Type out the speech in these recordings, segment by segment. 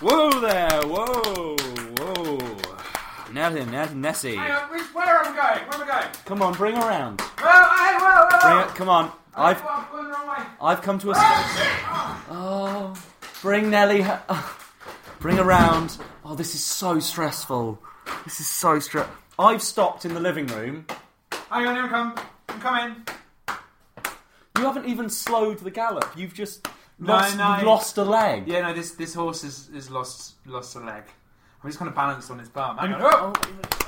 Whoa there! Whoa! Whoa! Now then, now then, Nessie. Hang on, which- where am I going? Where am I going? Come on, bring her around. Well, hey, whoa, whoa, Bring whoa! her, come on. I've Oh, I'm going the wrong way. I've come to a. Oh, shit! Oh, Oh, bring Nelly. h- bring her round. Oh, this is so stressful. This is so stress. I've stopped in the living room. hang on, here I come. I'm coming. You haven't even slowed the gallop. You've just lost, no. you've lost a leg. Yeah, no, this this horse is, is lost lost a leg. I'm just kind of balanced on his bum. Hang on.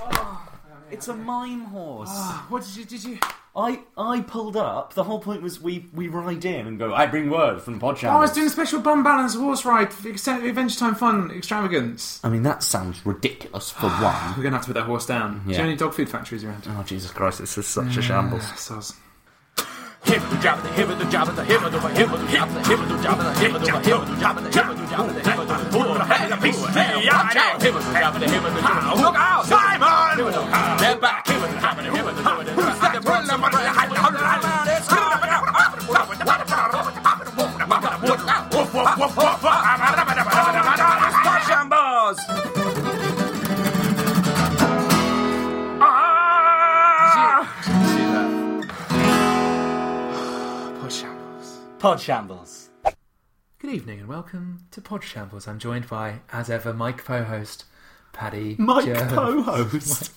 Oh, It's a mime horse. what did you did you? I I pulled up. The whole point was we we ride in and go. I bring word from Podcham. I was doing a special bum balance horse ride for the Adventure Time Fun extravagance. I mean, that sounds ridiculous for We're one. gonna have to put that horse down. Do you Yeah. know any dog food factories around? Oh Jesus Christ! This is such a shambles. Ah, soz. Hip the job, the hip the job, the hip the job, hip the job, the hip the job, the hip the job, the hip the job, the hip the job, the hip the job, the hip the job, the hip the job, the hip the job, look out, Simon! Stand back, hip the job, the hip the job, the hip the job, the hip the job, the hip Ah! Pod Shambles. Pod shambles. Good evening and welcome to Pod Shambles. I'm joined by, as ever, my co-host Paddy. Mike Jervis. co-host.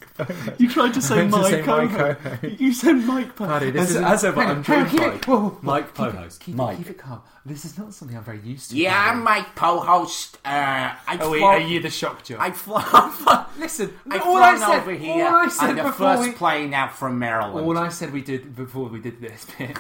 You tried to say I meant to Mike say Mike co-host. co- You said Mike Paddy, po. this As, is as ever, I'm joined keep by it, whoa, whoa, whoa, Mike keep it- co-host. Keep, it- Mike. keep it calm. This is not something I'm very used to. Yeah, Paddy. I'm Mike Poe, host. Uh, I Are, we, fly- Oh, are you the shock job? I fly. Listen, I all I flown said- over here all I said on the before first we- plane out from Maryland. All I said we did before we did this bit.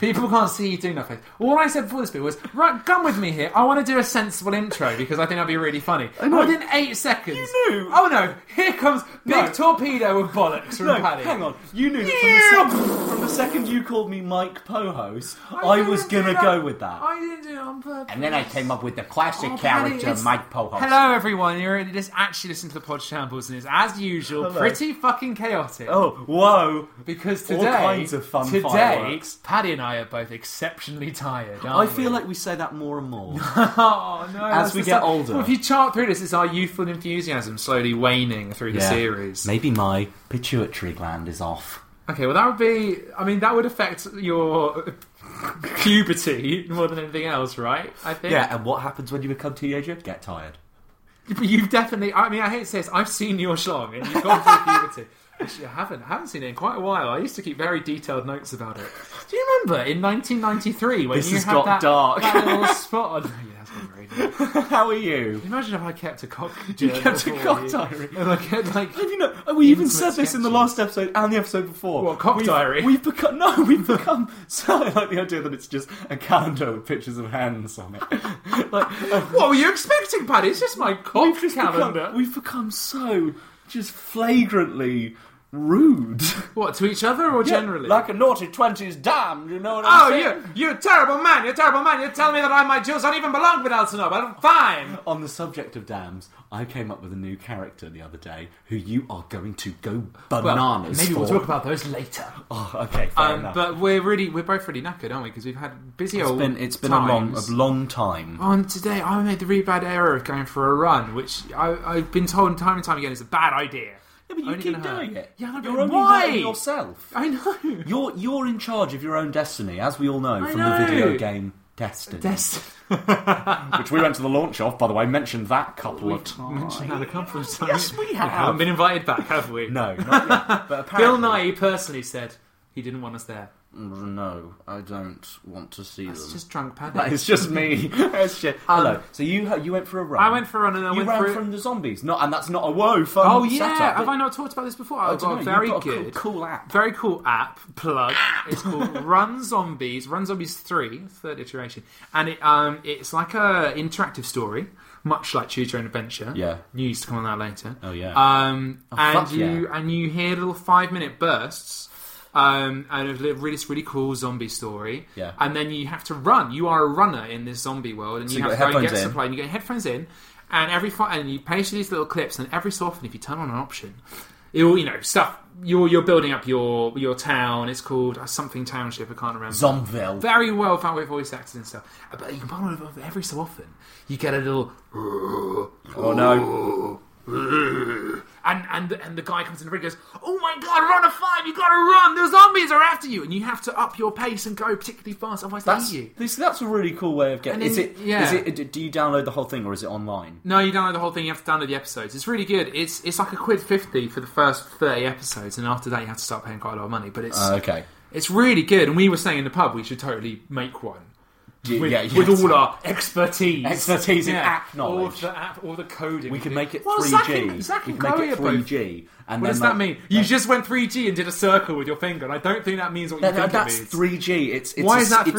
People can't see you doing that face. All I said before this bit was, right, come with me here. I want to do a sensible intro because I think that'd be really funny. I know. Within eight seconds. You knew. Oh no! Here comes big No. torpedo with bollocks from No, Paddy. hang on. You knew that from the, sec- from the second you called me Mike Pohost, I, didn't was do gonna that. go with that. I didn't do it on purpose. and then I came up with the classic Oh, Paddy, character, it's- Mike Pohost. Hello, everyone. You're just actually listening to the Pod Shambles, and it's as usual Hello. pretty fucking chaotic. Oh, whoa! Because all today, kinds of fun today, fireworks. Paddy and I are both exceptionally tired. I Aren't feel we? like we say that more and more. oh no! that's we the get stuff- older. Well, if you chart through this, it's our youthful enthusiasm slowly waning through the Yeah. series. Maybe my pituitary gland is off. Okay, well that would be. I mean, that would affect your puberty more than anything else, right? I think. Yeah, and what happens when you become teenager? Get tired. But you've definitely. I mean, I hate to say this. I've seen your schlong, and you've gone through puberty. Actually, I haven't. I haven't seen it in quite a while. I used to keep very detailed notes about it. Do you remember in 1993 when This you has had got that, dark. that little spot on? Yeah, that's not very dark. How are you? Imagine if I kept a cock. You journal kept a for cock you. diary. And I kept like. Have you know, Uh, we even said Intimate this in the sketches. last episode and the episode before. What, cock we've, diary? We've become no, we've become so I like the idea that it's just a calendar with pictures of hands on it. like uh, What were you expecting, Paddy? It's just my cock we've just calendar. Become, we've become so just flagrantly rude. What to each other or generally? Like a naughty 20s dam, you know what I'm Oh, saying? you, you terrible man, you terrible man, you're telling me that I, my jewels don't even belong with Elsinore, but fine! on the subject of dams, I came up with a new character the other day who you are going to go bananas maybe for. we'll talk about those later. Oh, okay, fair Um, enough. but we're really, we're both really knackered, aren't we? Because we've had busy it's old been it's been times. a long a long time. Oh, and today I made the really bad error of going for a run, which I, I've been told time and time again is a bad idea. Yeah, Yeah, but you Only keep gonna hurt. doing it. Yeah, no, but you're only why? hurting yourself. I know. You're you're in charge of your own destiny, as we all know I from know. the video game Destiny, Des- which we went to the launch of. By the way, mentioned that couple of times. mentioned that a couple of times. Yes, we have. haven't been invited back, have we? No, not yet. but apparently, Bill Nye personally said he didn't want us there. No, I don't want to see It's them. just drunk panic. That is just me. That's shit. Hello. So you you went for a run. I went for a run and I you went ran through- from the zombies. Not and that's not a whoa fun. Oh yeah, setup. have I not talked about this before? dunno, I've got a you've very got a cool- good, cool app. very cool app plug. It's called Run Zombies, Run Zombies Three, third iteration, and it um it's like a interactive story, much like Choose Your Own Adventure. Yeah. news to come on that later. Oh, yeah. Um, and fuck you yeah. and you hear little five minute bursts. Um, and of li- really, this really cool zombie story. Yeah. And then you have to run. You are a runner in this zombie world, and you, you have got to go and headphones get in. supply and you get headphones in, and every fi- and you pay for these little clips, and every so often, if you turn on an option, you'll you know stuff. You're you're building up your your town. It's called uh, something township. I can't remember. Zomville. Very well found with voice actors and stuff. Uh, But you can find one of- every so often you get a little oh no. and and and the guy comes in the ring and goes, "Oh my god, run a five! You gotta run! The zombies are after you!" And you have to up your pace and go particularly fast, otherwise That's they eat you. this, that's a really cool way of getting. And is then- it? yeah. Is it? Do you download the whole thing or is it online? No, you download the whole thing. You have to download the episodes. It's really good. It's it's like a quid fifty for the first thirty episodes, and after that you have to start paying quite a lot of money. But it's Uh, okay. it's really good. And we were saying in the pub we should totally make one Do you- with, yeah, yeah. with all our expertise, Expertise in app all knowledge. of the app, all the coding. We can do. make it Well, three Zach and- G. Zach We and can make Chloe are it three both- G. And What then does that like- mean? You just went 3G and did a circle with your finger, and I don't think that means what you No, no, think that's it means. three G. It's, it's Why a- is that it's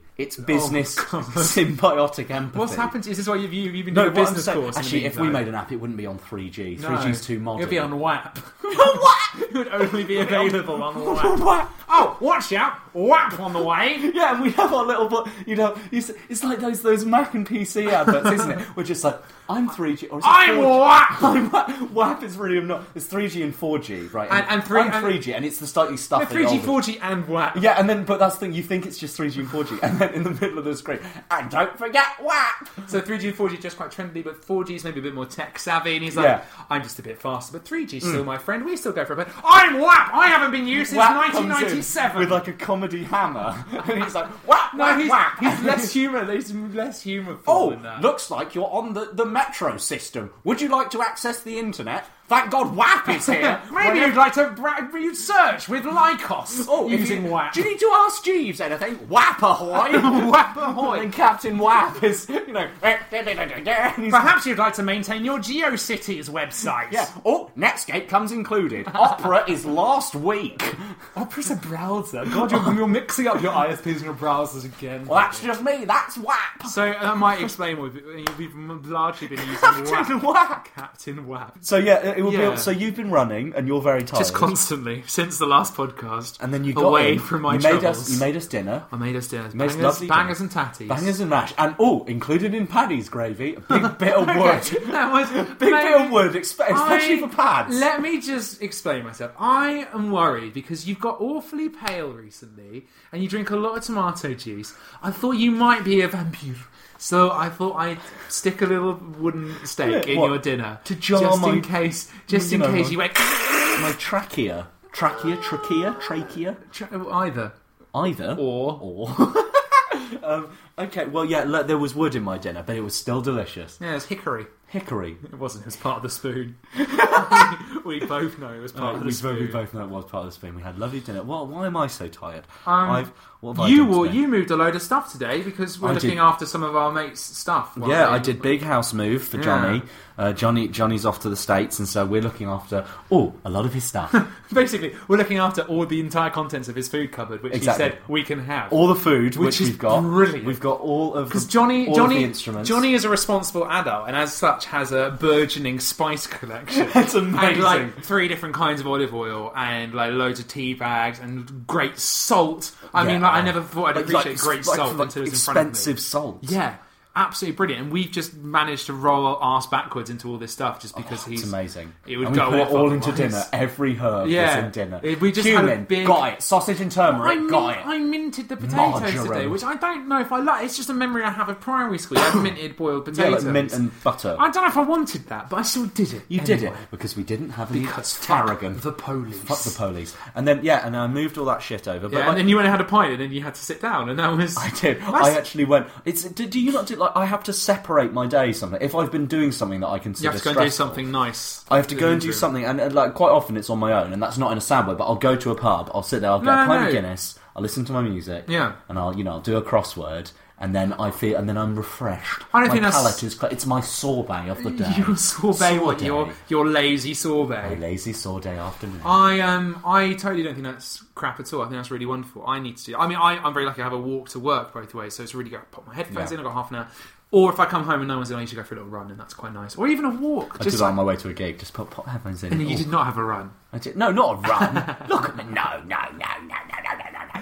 synergy. It's business God. symbiotic empathy. What's happened? To, is this why you've, you've been No, doing a what I'm business saying- course? in the Actually, if we meantime? made an app, it wouldn't be on 3G. No. 3G's too modern. It'd be on WAP. WAP! it would only be available on WAP. WAP. Oh, watch out! WAP on the way! Yeah, and we have our little, bo- you know, you s- it's like those those Mac and PC adverts, isn't it? We're just like, I'm 3G, or is it I'm 4G? WAP! I'm WAP. WAP is really not. It's 3G and 4G, right? And- and three- I'm and- 3G, and it's the slightly stuffy. 3G, older- 4G, and WAP. Yeah, and then but that's the thing. You think it's just 3G and 4G, and then in the middle of the screen, and don't forget WAP. So 3G and 4G just quite trendy, but 4G is maybe a bit more tech savvy, and he's like, Yeah. Mm. I'm just a bit faster, but 3G's still my friend, we still go for a bit. I'm WAP! I haven't been used since WAP comes in 1997! with like a comedy hammer, and he's like, WAP, no, WAP, he's, WAP. he's less humour, he's less humour Oh, than that. looks like you're on the, the metro system. Would you like to access the internet? Thank God WAP is here. Maybe Whenever- you'd like to bra- you'd search with Lycos Oh, if using you, WAP. Do you need to ask Jeeves anything? WAP ahoy! WAP ahoy. And Captain WAP is, you know, and he's- Perhaps you'd like to maintain your GeoCities website. yeah. Oh, Netscape comes included. Opera is last week. Opera's Oh, a browser. God, you're, you're mixing up your ISPs and your browsers again. Well, that's just me. That's WAP. so that might explain why we've- we've largely been using Captain WAP. WAP. Captain WAP. So yeah, it will Yeah. be. So you've been running, and you're very tired. Just constantly since the last podcast. and then you got away in, from my you made troubles. Oh, us. You made us dinner. I made us dinners, Made us bangers, lovely bangers dinner. and tatties. Bangers and mash, and oh, included in Paddy's gravy, a big bit of wood. that was Big bit maybe- of wood, expe- especially I- for pads. Let me just explain myself. I am worried because you've got awfully pale recently and you drink a lot of tomato juice. I thought you might be a vampire. So I thought I'd stick a little wooden stake Yeah, in what? your dinner To jar just my- in case, just you in know, case my- you went My trachea, trachea, trachea, trachea, either either or. or. um, okay, well, yeah, look, there was wood in my dinner, but it was still delicious. Yeah, it's hickory. Hickory. It wasn't. It was part of the spoon. we both know it was part Oh, of the we, both, spoon. we both know it was part of the spoon. We had lovely dinner. Well, why am I so tired? Um, I've, what have I You done were today? you moved a load of stuff today because we're I did. looking after some of our mates' stuff. while Yeah, they- I did big house move for Yeah. Johnny. Uh, Johnny Johnny's off to the states, and so we're looking after oh a lot of his stuff, Basically, we're looking after all the entire contents of his food cupboard, which Exactly. he said we can have. all the food which, Which is we've got. brilliant. We've got all of because the, Johnny, all of Johnny, the instruments. Johnny is a responsible adult, and as such, has a burgeoning spice collection. That's And amazing. like three different kinds of olive oil, and like loads of tea bags, and great salt. I Yeah. mean, like I never thought I'd Like- appreciate like- great like- salt like until it was in front of me. expensive salt. Yeah. absolutely brilliant. And we've just managed to roll our arse backwards into all this stuff just because he's Oh, It's amazing. It would and we go put it off all into otherwise. dinner. Every herb Yeah. was in dinner. If we just had a Cumin, big- got it. Sausage and turmeric, I, min- got it. I minted the potatoes Margarine. today, which I don't know if I like. It's just a memory I have of primary school. I minted boiled yeah, potatoes. like mint and butter. I don't know if I wanted that, but I still did it. you did it anyway. because we didn't have any Because fuck tarragon. the police. Fuck the police. And then yeah, and I moved all that shit over. But Yeah, like, and then you went and had a pint, and then you had to sit down, and that was. I did. That's- I actually went. It's. Do, do you not do like? I have to separate my day. Something. If I've been doing something that I You consider have to go and do stressful, something nice. I have to in go the and do interim. something, and, and, like quite often it's on my own, and that's not in a sad way. But I'll go to a pub, I'll sit there, I'll get No, a pint no. of Guinness, I'll listen to my music, Yeah. and I'll you know I'll do a crossword, and then I feel, and then I'm refreshed. I don't my think that's- palate is cl- it's my sorbet of the day. Your sorbet, what, your your lazy a sorbet. lazy sorbet afternoon. I um I totally don't think that's crap at all. I think that's really wonderful. I need to do. I mean, I, I'm very lucky. I have a walk to work both ways, so it's really good. I pop my headphones Yeah. in. I have got half an hour. Or if I come home and no one's in, I usually go for a little run, and that's quite nice. Or even a walk. I did um, just that on like- my way to a gig. Just put pop headphones in. and you Oh, did not have a run. I did- no, not a run. Look at me. No, no, no, no, no, no, no,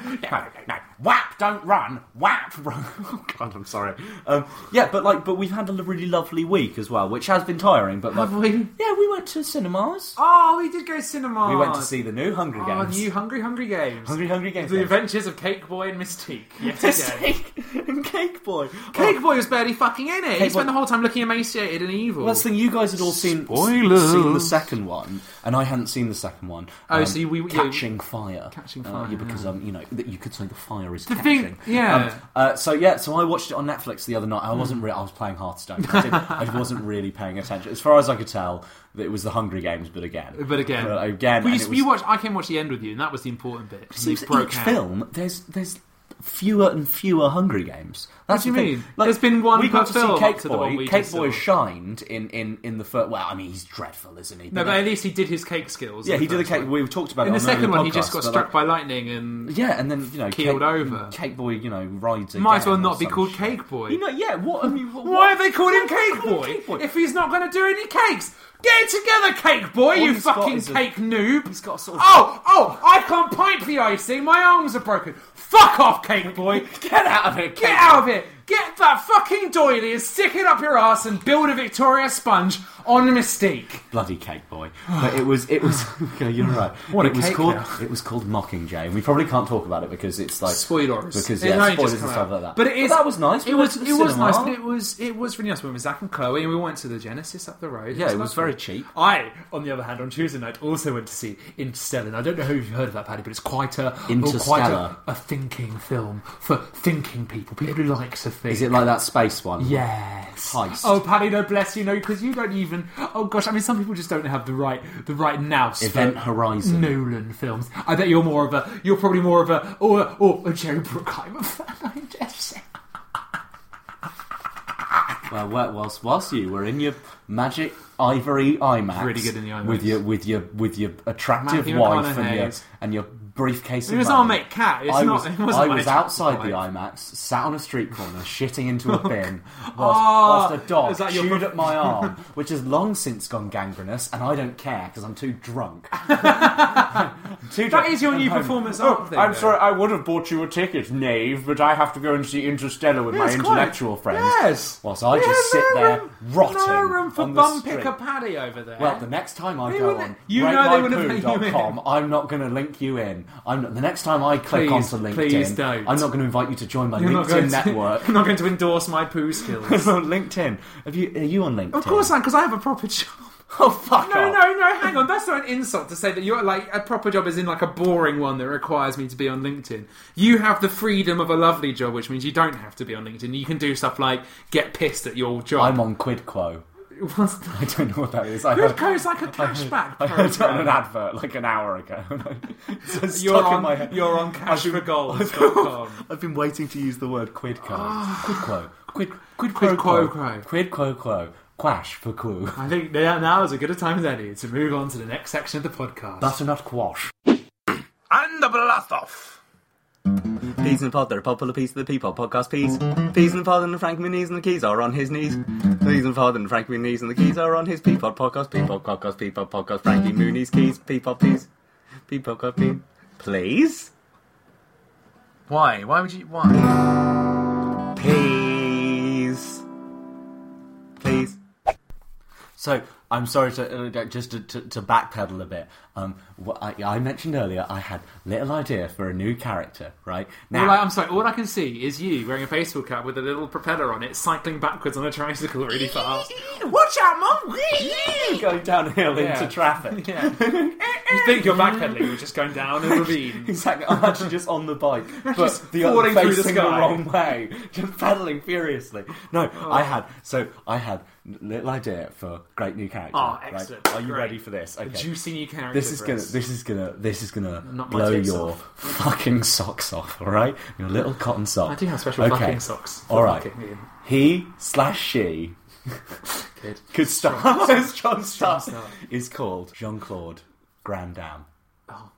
no, no, no, no. Whap! Don't run. Whap! Run. Oh God, I'm sorry. Um, yeah, but like, but we've had a lo- really lovely week as well, which has been tiring. But like, Have we? Yeah, we went to cinemas. Oh, we did go to cinema. We went to see the new Hungry Oh, Games. new Hungry Hungry Games. Hungry Hungry Games. The Adventures of Cake Boy and Mystique. Yet again. Cake and Cake Boy. Cake Boy was barely fucking in it. he Cake spent Boy- the whole time looking emaciated and evil. Well, that's the thing. You guys had all seen Spoilers. seen the second one, and I hadn't seen the second one. Um, Oh, so you- we- you- catching fire, Catching Uh, Fire, yeah, because um, you know that you could say the fire is The catching. thing- yeah. Hmm. Um, uh, so yeah, so I watched it on Netflix the other night. I wasn't. Re- I was playing Hearthstone. I, didn't, I wasn't really paying attention. As far as I could tell, that it was the Hungry Games, but again, But again, But again, Well, and you, it was- you watched. I came watch the end with you, and that was the important bit. So you it's broke each out. film, there's there's fewer and fewer Hungry Games. That's do you the thing. mean? There's been one we got per to film see Cake up to the Boy. one we Cake just Boy saw. shined in in in the first. Well, I mean, he's dreadful, isn't he? No, but at least he did his cake skills. yeah, in he the did a first cake. one. We talked about In it the on second earlier one, he just podcasts, got but, struck like, by lightning, and Yeah, and then you know, Keeled Cake, over. Cake Boy, you know, rides. Might as again well not or be some called shit. Cake Boy. You know, yeah. What I mean, what, why have they called why him Cake they called Boy, him Cake Boy? if he's not going to do any cakes? Get it together, Cake Boy, you he's got fucking is a- cake noob. he's got a sort of- Oh, oh, I can't pipe the icing. My arms are broken. Fuck off, Cake Boy. Get out of here! Cake Get out of here! Get that fucking doily and stick it up your ass and build a Victoria sponge on Mystique. bloody cake boy. But it was it was okay, you're right. What a it was cake called now. it was called Mockingjay, and we probably can't talk about it because it's like Spoilers, Because It yeah, only spoilers just and come stuff out. like that. But it is that was nice. We It went was to it the was cinema. nice. But it was it was really nice. We went with Zach and Chloe, and we went to the Genesis up the road. yeah, it was lovely. very cheap. I, on the other hand, on Tuesday night also went to see Interstellar. And I don't know who you've heard of that, Paddy, but it's quite a Interstellar. quite a, a thinking film for thinking people, people who like to think. Is it like that space one? Yes. Heist. Oh, Paddy, no, bless you, no, because you don't even. Oh gosh, I mean, some people just don't have the right, the right nous. for Event Horizon. Nolan films. I bet you're more of a. You're probably more of a. Or or a Jerry Bruckheimer fan. I guess. Well, wha- whilst whilst you were in your magic ivory IMAX, Really good in the IMAX. with your with your with your attractive Matthew wife and your McConaughey's. and your briefcase. It was our our mate Kat, it's I not- was, it wasn't I my was outside the wife. IMAX, sat on a street corner, shitting into a bin, whilst, Ah, whilst a dog is that your chewed pro- at my arm, which has long since gone gangrenous, and I don't care because I'm too drunk. I'm too drunk. is your I'm new home. performance Oh, art thing, I'm though. sorry, I would have bought you a ticket, knave, but I have to go and see Interstellar with my Yes, quite. intellectual friends. Yes. Whilst I Yeah, just sit no there room- rotting. No room for on the bum street. picker Paddy over there. Well, the next time I They go wouldn't- on you know they wouldn't let you in. ratemypoo.com, I'm not going to link you in. I'm not, the next time I click Please, onto LinkedIn, please don't. I'm not going to invite you to join my You're not going LinkedIn to- network. You're not going to endorse my poo skills. on LinkedIn, have you? Are you on LinkedIn? of course, I because I have a proper job. Oh fuck No, off. no, no, hang on. That's not an insult to say that you're like a proper job is in like a boring one that requires me to be on LinkedIn. You have the freedom of a lovely job, which means you don't have to be on LinkedIn. You can do stuff like get pissed at your job. I'm on Quidquo. What's that? I don't know what that is. I Good heard- code's like a cashback I heard it on program. an advert like an hour ago. It's stuck You're in on, my head. you're on cashforgoals.com. I've been waiting to use the word quid quo. Ah. quid quo. Quid, quid, Quid quid quo quo quo. quo. Quid quo quo. Quash for quo. I think that now is as good a time as any to move on to the next section of the podcast. Butternut quash. And the blast off. Peas in the pod, they're a pod full of peas to the peapod, podcast peas. Peas in the pod and the Frank knees and the keys are on his knees. Peas in the pod and the Frank knees and the keys are on his peapod, podcast peapod, podcast peapod, podcast Frankie Mooney's keys, peapod peas. Peapod, podcast peas. Please? Why? Why would you? Why? Peas. So I'm sorry to uh, just to, to, to backpedal a bit. Um, what I, I mentioned earlier, I had little idea for a new character. Right now, All I, I'm sorry, all I can see is you wearing a baseball cap with a little propeller on it, cycling backwards on a tricycle really fast. watch out, mum! Going downhill into traffic. Yeah. you think you're backpedaling, you're just going down a ravine. Exactly. I'm actually just on the bike, but the other falling through the facing the, sky. Oh. wrong way, just pedaling furiously. No, I had so I had little idea for great new character. Oh, right? excellent. Are you Great. ready for this? Okay. Juicy new character. This is gonna, Chris. this is gonna, this is gonna Knock my blow tits your fucking socks off. All right, your little cotton sock. I do have special okay. fucking socks. for All right, fucking me. he slash she Kid. could start as John Strong Stark start. is called Jean Claude Grandam. Oh.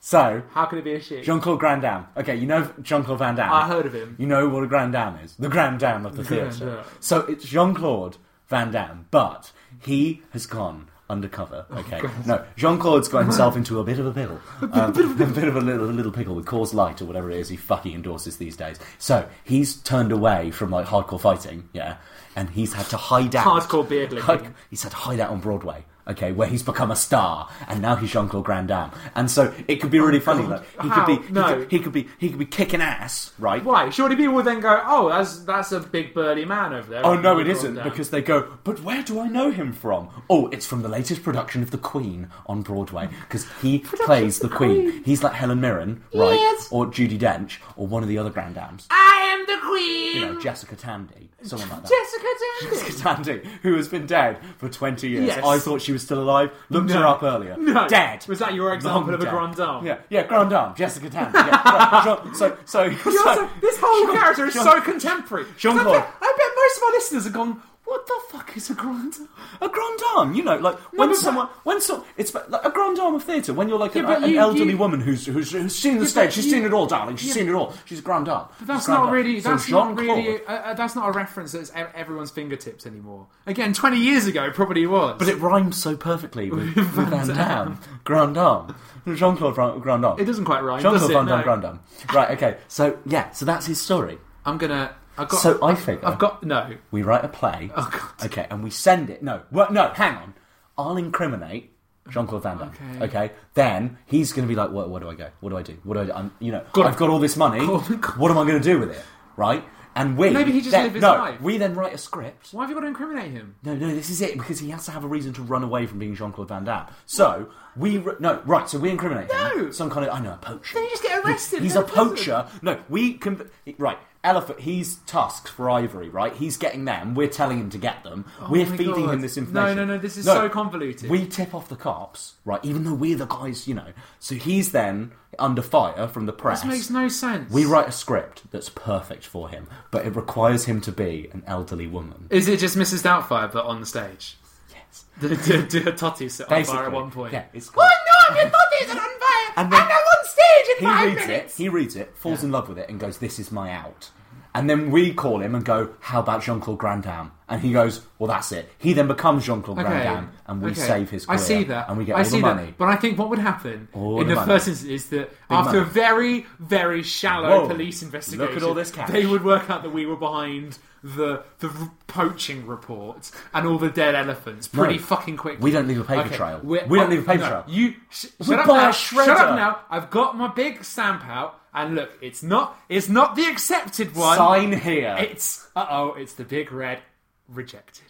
So How can it be a shit? Jean Claude Grand Dam. Okay, you know Jean Claude Van Damme. I heard of him. You know what a Grand Dam is? The Grand Dam of the Grand theatre. Dam. So it's Jean Claude Van Damme, but he has gone undercover. Okay, no, Jean Claude's got himself into a bit of a pickle, Um, a bit of a little, little pickle with Cause Light or whatever it is he fucking endorses these days. So he's turned away from like hardcore fighting, yeah, and he's had to hide out. Hardcore beard licking. Hard- he's had to hide out on Broadway, okay, where he's become a star, and now he's Jean Claude Grand Dam, and so it could be really funny. Like, he Oh, How? could be, No. he, could, he could be, he could be kicking ass, right? Why? Surely people would then go, oh, that's that's a big burly man over there. Oh And no, you it drop isn't down. because they go. But where do I know him from? Oh, it's from the latest production of The Queen on Broadway because he plays the Queen. He's like Helen Mirren, right, or Judy Dench, or one of the other grand dams. I am the queen. You know, Jessica Tandy, someone like that. Jessica Tandy. Jessica Tandy, who has been dead for 20 years. Yes. I thought she was still alive. Looked her up earlier. No. Dead. Was that your example of a grand dame? Yeah, yeah, grand dame. Jessica Tandy. Yeah. Jean- so, so, You so- also- this whole Jean- character is Jean- so contemporary. Jean I bet- Claude. I bet most of our listeners have gone, what the fuck is a grand dame? A grand dame, you know, like when but- someone, when so, it's about- like a grand dame of theatre. When you're like an, but an you- elderly you- woman who's, who's who's seen the Yeah, stage, but she's you- seen it all, darling. She's yeah. seen it all. She's a grand dame. She's That's a grand not dame. really. So That's not Jean-Claude- really. Uh, uh, that's not a reference that's at everyone's fingertips anymore. Again, twenty years ago, it probably was. But it rhymes so perfectly with, with Van Damme. Grand Dame. Jean Claude Grand Dame. It doesn't quite rhyme, Jean does Claude it? Van Damme, No. Grand Dame. Right, okay. So, yeah, so that's his story. I'm gonna. I've got. So I figure- I've got no. We write a play. Oh, God. Okay, and we send it. No, well, no, hang on. I'll incriminate Jean Claude Van Damme. Okay. Then he's going to be like, what, what do I go? What do I do? What do I do? I'm, you know, Got I've it. got all this money. Got it. what am I going to do with it? Right? And we. Maybe he just then, live his no, life. we then write a script. Why have you got to incriminate him? No, no, this is it because he has to have a reason to run away from being Jean Claude Van Damme. So we re- no right. So we incriminate him. No! Some kind of I know a poacher. Then you just get He- arrested, he's go a to prison. poacher. No, we can right. Elephant. He's tusked for ivory. Right. He's getting them. We're telling him to get them. we're Oh my feeding God. him this No, information. no, no, this is so convoluted. We tip off the cops. Right. Even though we're the guys, you know. So he's then under fire from the press. This makes no sense. We write a script that's perfect for him, but it requires him to be an elderly woman. Is it just Mrs. Doubtfire but on the stage? Yes. Do, do, do her totties set on fire at one point? Oh, Yeah, it's no, your totties are on fire, And then- on stage he reads it. He reads it, falls in love with it, and goes, "This is my out." And then we call him and go, "How about Jean Claude Van Damme?" And he goes, "Well, that's it." He then becomes Jean Claude Van Damme, and we okay. save his career. I see that. and we get I all see the that. money. But I think what would happen All in the the, money. first instance is that after a money. very, very shallow Whoa. police investigation, Look at all this cash. they would work out that we were behind the the r- poaching report and all the dead elephants pretty No. fucking quick. We don't leave a paper trail. we're- We don't oh, leave a paper no, trail. You sh- We shut up buy a now. Shut shredder. up now. I've got my big stamp out, and look, it's not it's not the accepted one. Sign here. It's uh oh, it's the big red rejected.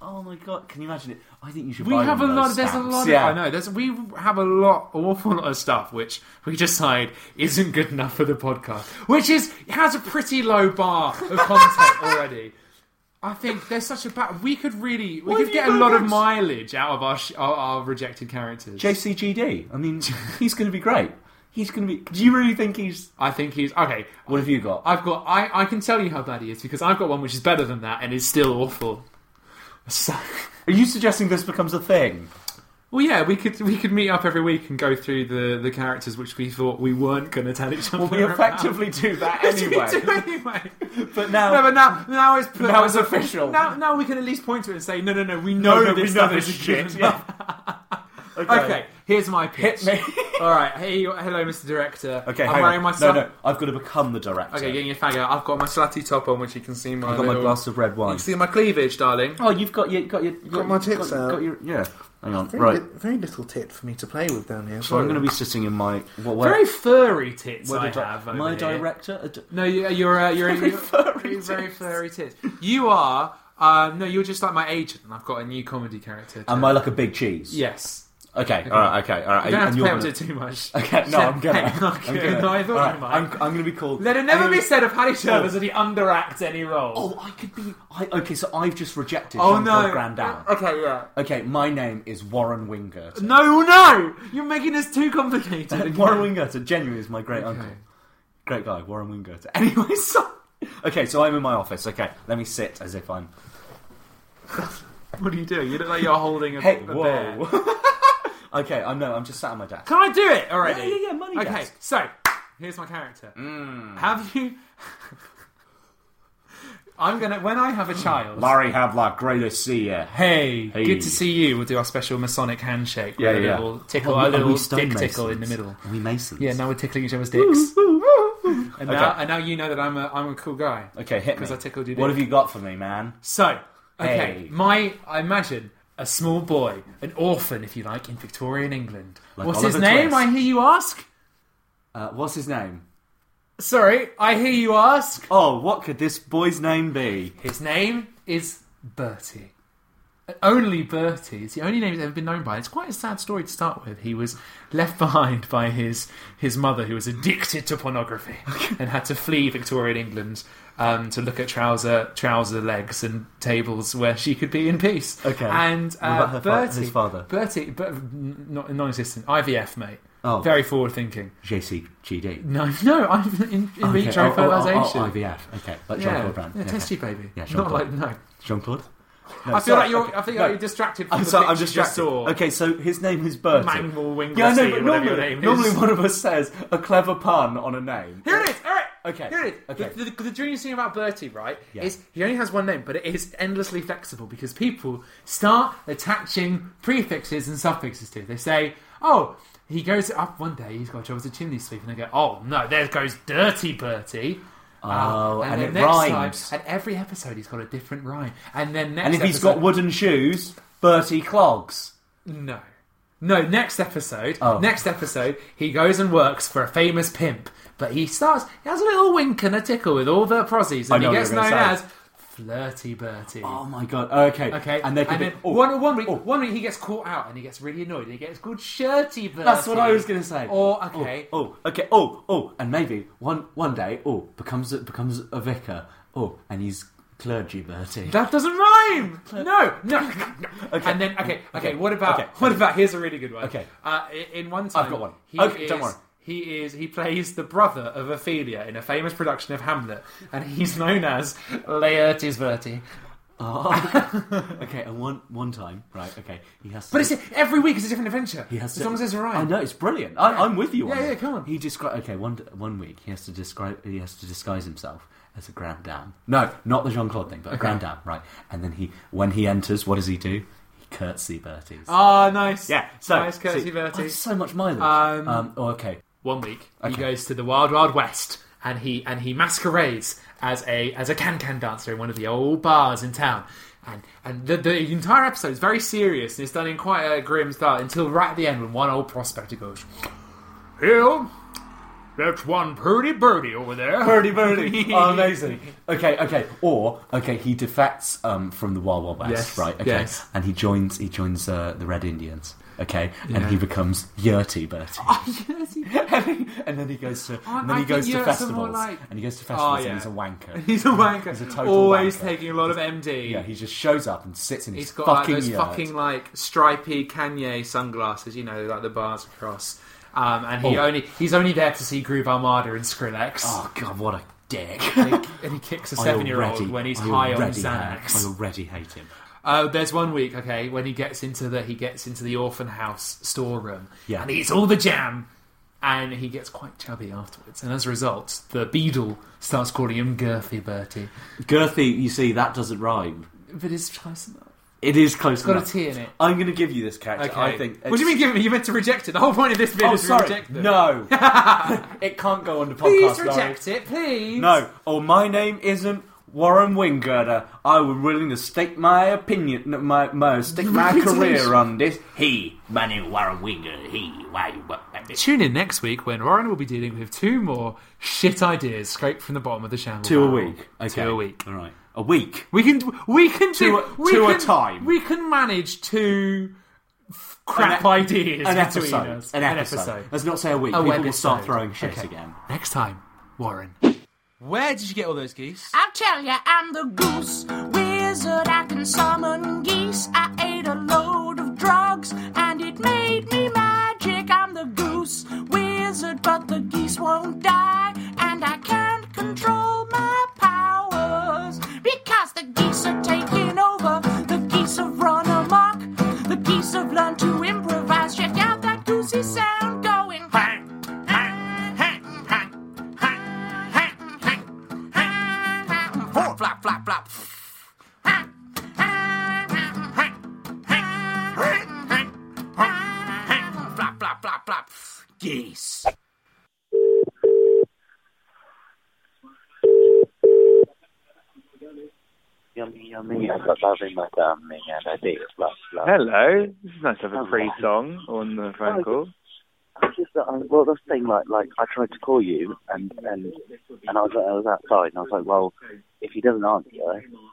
oh my god! Can you imagine it? I think you should. We buy have a one of lot. those There's a stamps. lot. Of, Yeah. I know. There's we have a lot, awful lot of stuff which we decide isn't good enough for the podcast, which is has a pretty low bar of content already. I think there's such a bad. We could really we Why have could you get a got lot of this? mileage out of our sh- our, our rejected characters. JCGD. I mean, he's going to be great. He's going to be. Do you really think he's? I think he's okay. What have you got? I've got. I I can tell you how bad he is because I've got one which is better than that and is still awful. So. Are you suggesting this becomes a thing? Well, yeah, we could we could meet up every week and go through the, the characters which we thought we weren't going to tell each other. Well, we about. effectively do that anyway. we do anyway. But now, no, but now now it's Now it's official. Now now we can at least point to it and say no no no we know no, this we know stuff this is shit, shit. okay. Here's my pitch. me. All right. Hey, hello, Mr. Director. Okay, I'm hang wearing on. my no, sla- no. I've got to become the director. Okay, getting your faggot. I've got my slatty top on, which you can see my. I've got my little- glass of red You wine. can see my cleavage, darling. Oh, you've got your got your got, my tits got, out. Got your, yeah. Hang on. Very, right. bit- very little tit for me to play with down here. So I'm going to be sitting in my well, where, Very furry tits where I the di- have. over my here. director. a di- No, you- you're uh, you're very you're, furry. You're very furry tits. You are. Uh, no, you're just like my agent, and I've got a new comedy character. to- Am I like a big cheese? Yes. Okay. All right. Okay. All right. You don't have and to you're play up to gonna- it too much. Okay, no, I'm gonna. Hey, I'm okay. gonna. No, I thought you All right, might. I'm, I'm gonna be called. Let it never I'm be gonna- said of Paddy Travers that he underacts any role. Oh, I could be. I, okay, so I've just rejected. Oh, Jean-Claude no. Uh, Grandin. Okay, yeah. Okay, my name is Warren Wingert. No, no! You're making this too complicated. Warren Wingert, genuinely, is my great uncle. Great guy, Warren Wingert. Anyway, so. Okay, so I'm in my office. Okay, let me sit as if I'm. What are you doing? You look like you're holding a, Hey, a bear. whoa. okay, I'm no, I'm just sat at my desk. Can I do it already? Yeah, yeah, yeah, money Okay, desk. so here's my character. Hmm. Have you? I'm gonna when I have a child. Larry Havlock, great to see you. Hey, Hey. good to see you. We'll do our special Masonic handshake. Yeah, with a yeah. little tickle, Are a we- are we little dick stonemasons? tickle in the middle. Are we Masons? Yeah, now we're tickling each other's dicks. and, now, Okay. and now you know that I'm a I'm a cool guy. Okay, hit me. 'Cause I tickled your What dick. have you got for me, man? So, okay, Hey. my I imagine a small boy, an orphan, if you like, in Victorian England. Like What's his Oliver name? Twist. I hear you ask. Uh, what's his name? Sorry, I hear you ask. Oh, what could this boy's name be? His name is Bertie. And Only Bertie. It's the only name he's ever been known by. It's quite a sad story to start with. He was left behind by his his mother, who was addicted to pornography, and had to flee Victorian England um, to look at trouser trouser legs and tables where she could be in peace. Okay. And What uh, about her fa- Bertie, his father? Bertie, but not non-existent. IVF, mate. Oh. Very forward thinking. JCGD. No, no, I'm in, in vitro oh, fertilization. IVF. Okay, like Yeah, Jean-Claude Brand. yeah, test tube baby. Yeah, not Jean-Claude. like no. Jean-Claude? I feel like you're. I think you're distracted. From I'm the sorry, I'm picture you distracted. Saw. Okay, so his name is Bertie. Mangle Winglesey, yeah, I know, but whatever normally, your name is. normally one of us says a clever pun on a name. Here it is. All right. Okay, Here it is. okay. The, the, the dream thing about Bertie, right, Yeah. is he only has one name, but it is endlessly flexible because people start attaching prefixes and suffixes to. it. They say, "Oh, he goes up one day. He's got a job as a chimney sweep," and they go, "Oh no, there goes Dirty Bertie." Uh, Oh, and then it next time- rhymes. and every episode, he's got a different rhyme. And then next, And if he's episode- got wooden shoes, Bertie clogs. No. No, next episode. Oh. Next episode, he goes and works for a famous pimp, but he starts. He has a little wink and a tickle with all the prosies, I and know he what gets you're known gonna as say. Flirty Bertie. Oh my god. Okay. Okay, And they could then be. oh, one, one week, oh. one week he gets caught out and he gets really annoyed and he gets called Shirty Bertie. That's what I was gonna say. Or okay, Oh, oh, okay. Oh, oh, and maybe one one day, oh, becomes a, becomes a vicar. Oh, and he's clergy Bertie. that doesn't rhyme. No, no. okay. And then okay, okay. Okay, What about okay, what okay. about? Here's a really good one. Okay. Uh, i- in one time, got one. He Okay, is, don't worry. He is. He plays the brother of Ophelia in a famous production of Hamlet, and he's known as Laertes Verti. okay, and one one time, right? Okay, he has. To But it's every week is a different adventure. He has as to- long as there's a rhyme. I know it's brilliant. I, Yeah. I'm with you. on Yeah, yeah, it. come on. He describe okay one one week he has to describe he has to disguise himself as a grand dame. No, not the Jean Claude thing, but a grand dame, right? And then he when he enters, what does he do? He curtsy Bertie's. Ah, nice. yeah, so nice, Curtsy see, Verti. oh, that's so much mileage. Um, Um, oh, okay. one week he Okay. goes to the wild wild west and he and he masquerades as a as a can can dancer in one of the old bars in town and and the, the entire episode is very serious and it's done in quite a grim style until right at the end when one old prospector goes Hill that's one pretty birdie over there Birdie, birdie, oh, amazing. Okay, okay. Or okay, he defects um, from the Wild Wild West, Yes, right? Okay, yes. and he joins he joins uh, the Red Indians. Okay, Yeah. Oh, and he becomes Yurty Bertie. and, he- and then he goes to and then I he goes to think Yurts are more festivals like- Oh, and he goes to festivals yeah. and he's a wanker. he's a wanker He's a total always wanker. taking a lot of MD yeah, he just shows up and sits in his He's got like fucking those yurt. fucking like stripy Kanye sunglasses, you know, like the bars across. Um, and he Oh. only he's only there to see Groove Armada and Skrillex. Oh god, what a dick! And he- and he kicks a I seven year already- old when he's I high on already hate- I Xanax. already hate him. Uh, there's one week, okay, when he gets into the he gets into the orphan house storeroom Yeah. and he eats all the jam. And he gets quite chubby afterwards, and as a result, the beadle starts calling him Girthy Bertie. Girthy, you see, that doesn't rhyme. But it's close enough. It is close got a enough. T in it. I'm going to give you this character. Okay. I think. What do you mean? Give it? You meant to reject it. The whole point of this video Oh, is to sorry. reject them. No, it can't go on the podcast. Please darling. reject it, please. No, or my name isn't Warren Wingirder. I was willing to stake my opinion, no, my, my stake my career on this. He, my name is Warren Wingirder. He, why you what? what- what- Tune in next week when Warren will be dealing with two more shit ideas scraped from the bottom of the channel. Two a barrel. week. Okay. Two a week. All right. A week. We can we can do Two- we two a can, time. We can manage two f- crap An e- ideas An between episode. us. An episode. Let's not say a week. A People will webisode. start throwing shit Okay. again. Next time, Warren. Where did you get all those geese? I'll tell ya, I'm the goose wizard. I can summon geese. I ate a load of drugs and it made me magic. I'm the goose wizard, but the geese won't die. And I can't control my powers because the geese are taking over. The geese have run amok. The geese have learned to improvise. Check out that goosey sound going. Hang, hang, hang, hang, hang, hang, hang. Flap, flap, flap. Flap, flap, flap, flap. Geese. Hello. This is nice to have a pre song on the phone call. It's just that I, well, the thing like like I tried to call you and and and I was I was outside and I was like, well, if he doesn't answer,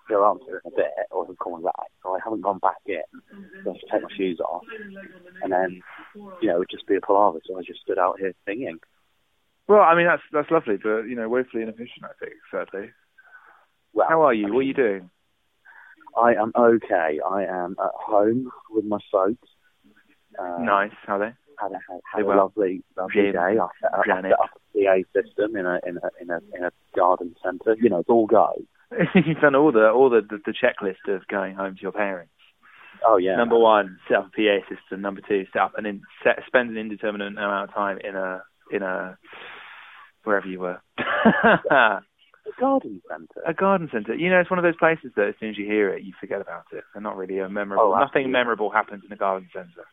he'll answer in a bit or he'll call me back. So I haven't gone back yet. So I have to take my shoes off and then you know it would just be a palaver. So I just stood out here singing. Well, I mean that's that's lovely, but you know, woefully inefficient I think, sadly. Well, How are I you? mean, What are you doing? I am okay. I am at home with my folks. Uh, Nice, how are they? had a, had They a were. lovely, lovely Jim, day. I set, up, I Janet. set up a PA system in a in a in a, in a garden centre. You know, it's all go. You've done all the all the, the, the checklist of going home to your parents. Oh yeah. Number one, set up a PA system. Number two, set up and then set, spend an indeterminate amount of time in a in a wherever you were. A garden centre. a garden centre. You know, it's one of those places that as soon as you hear it, you forget about it. They're not really a memorable. Oh, absolutely. nothing memorable happens in a garden centre.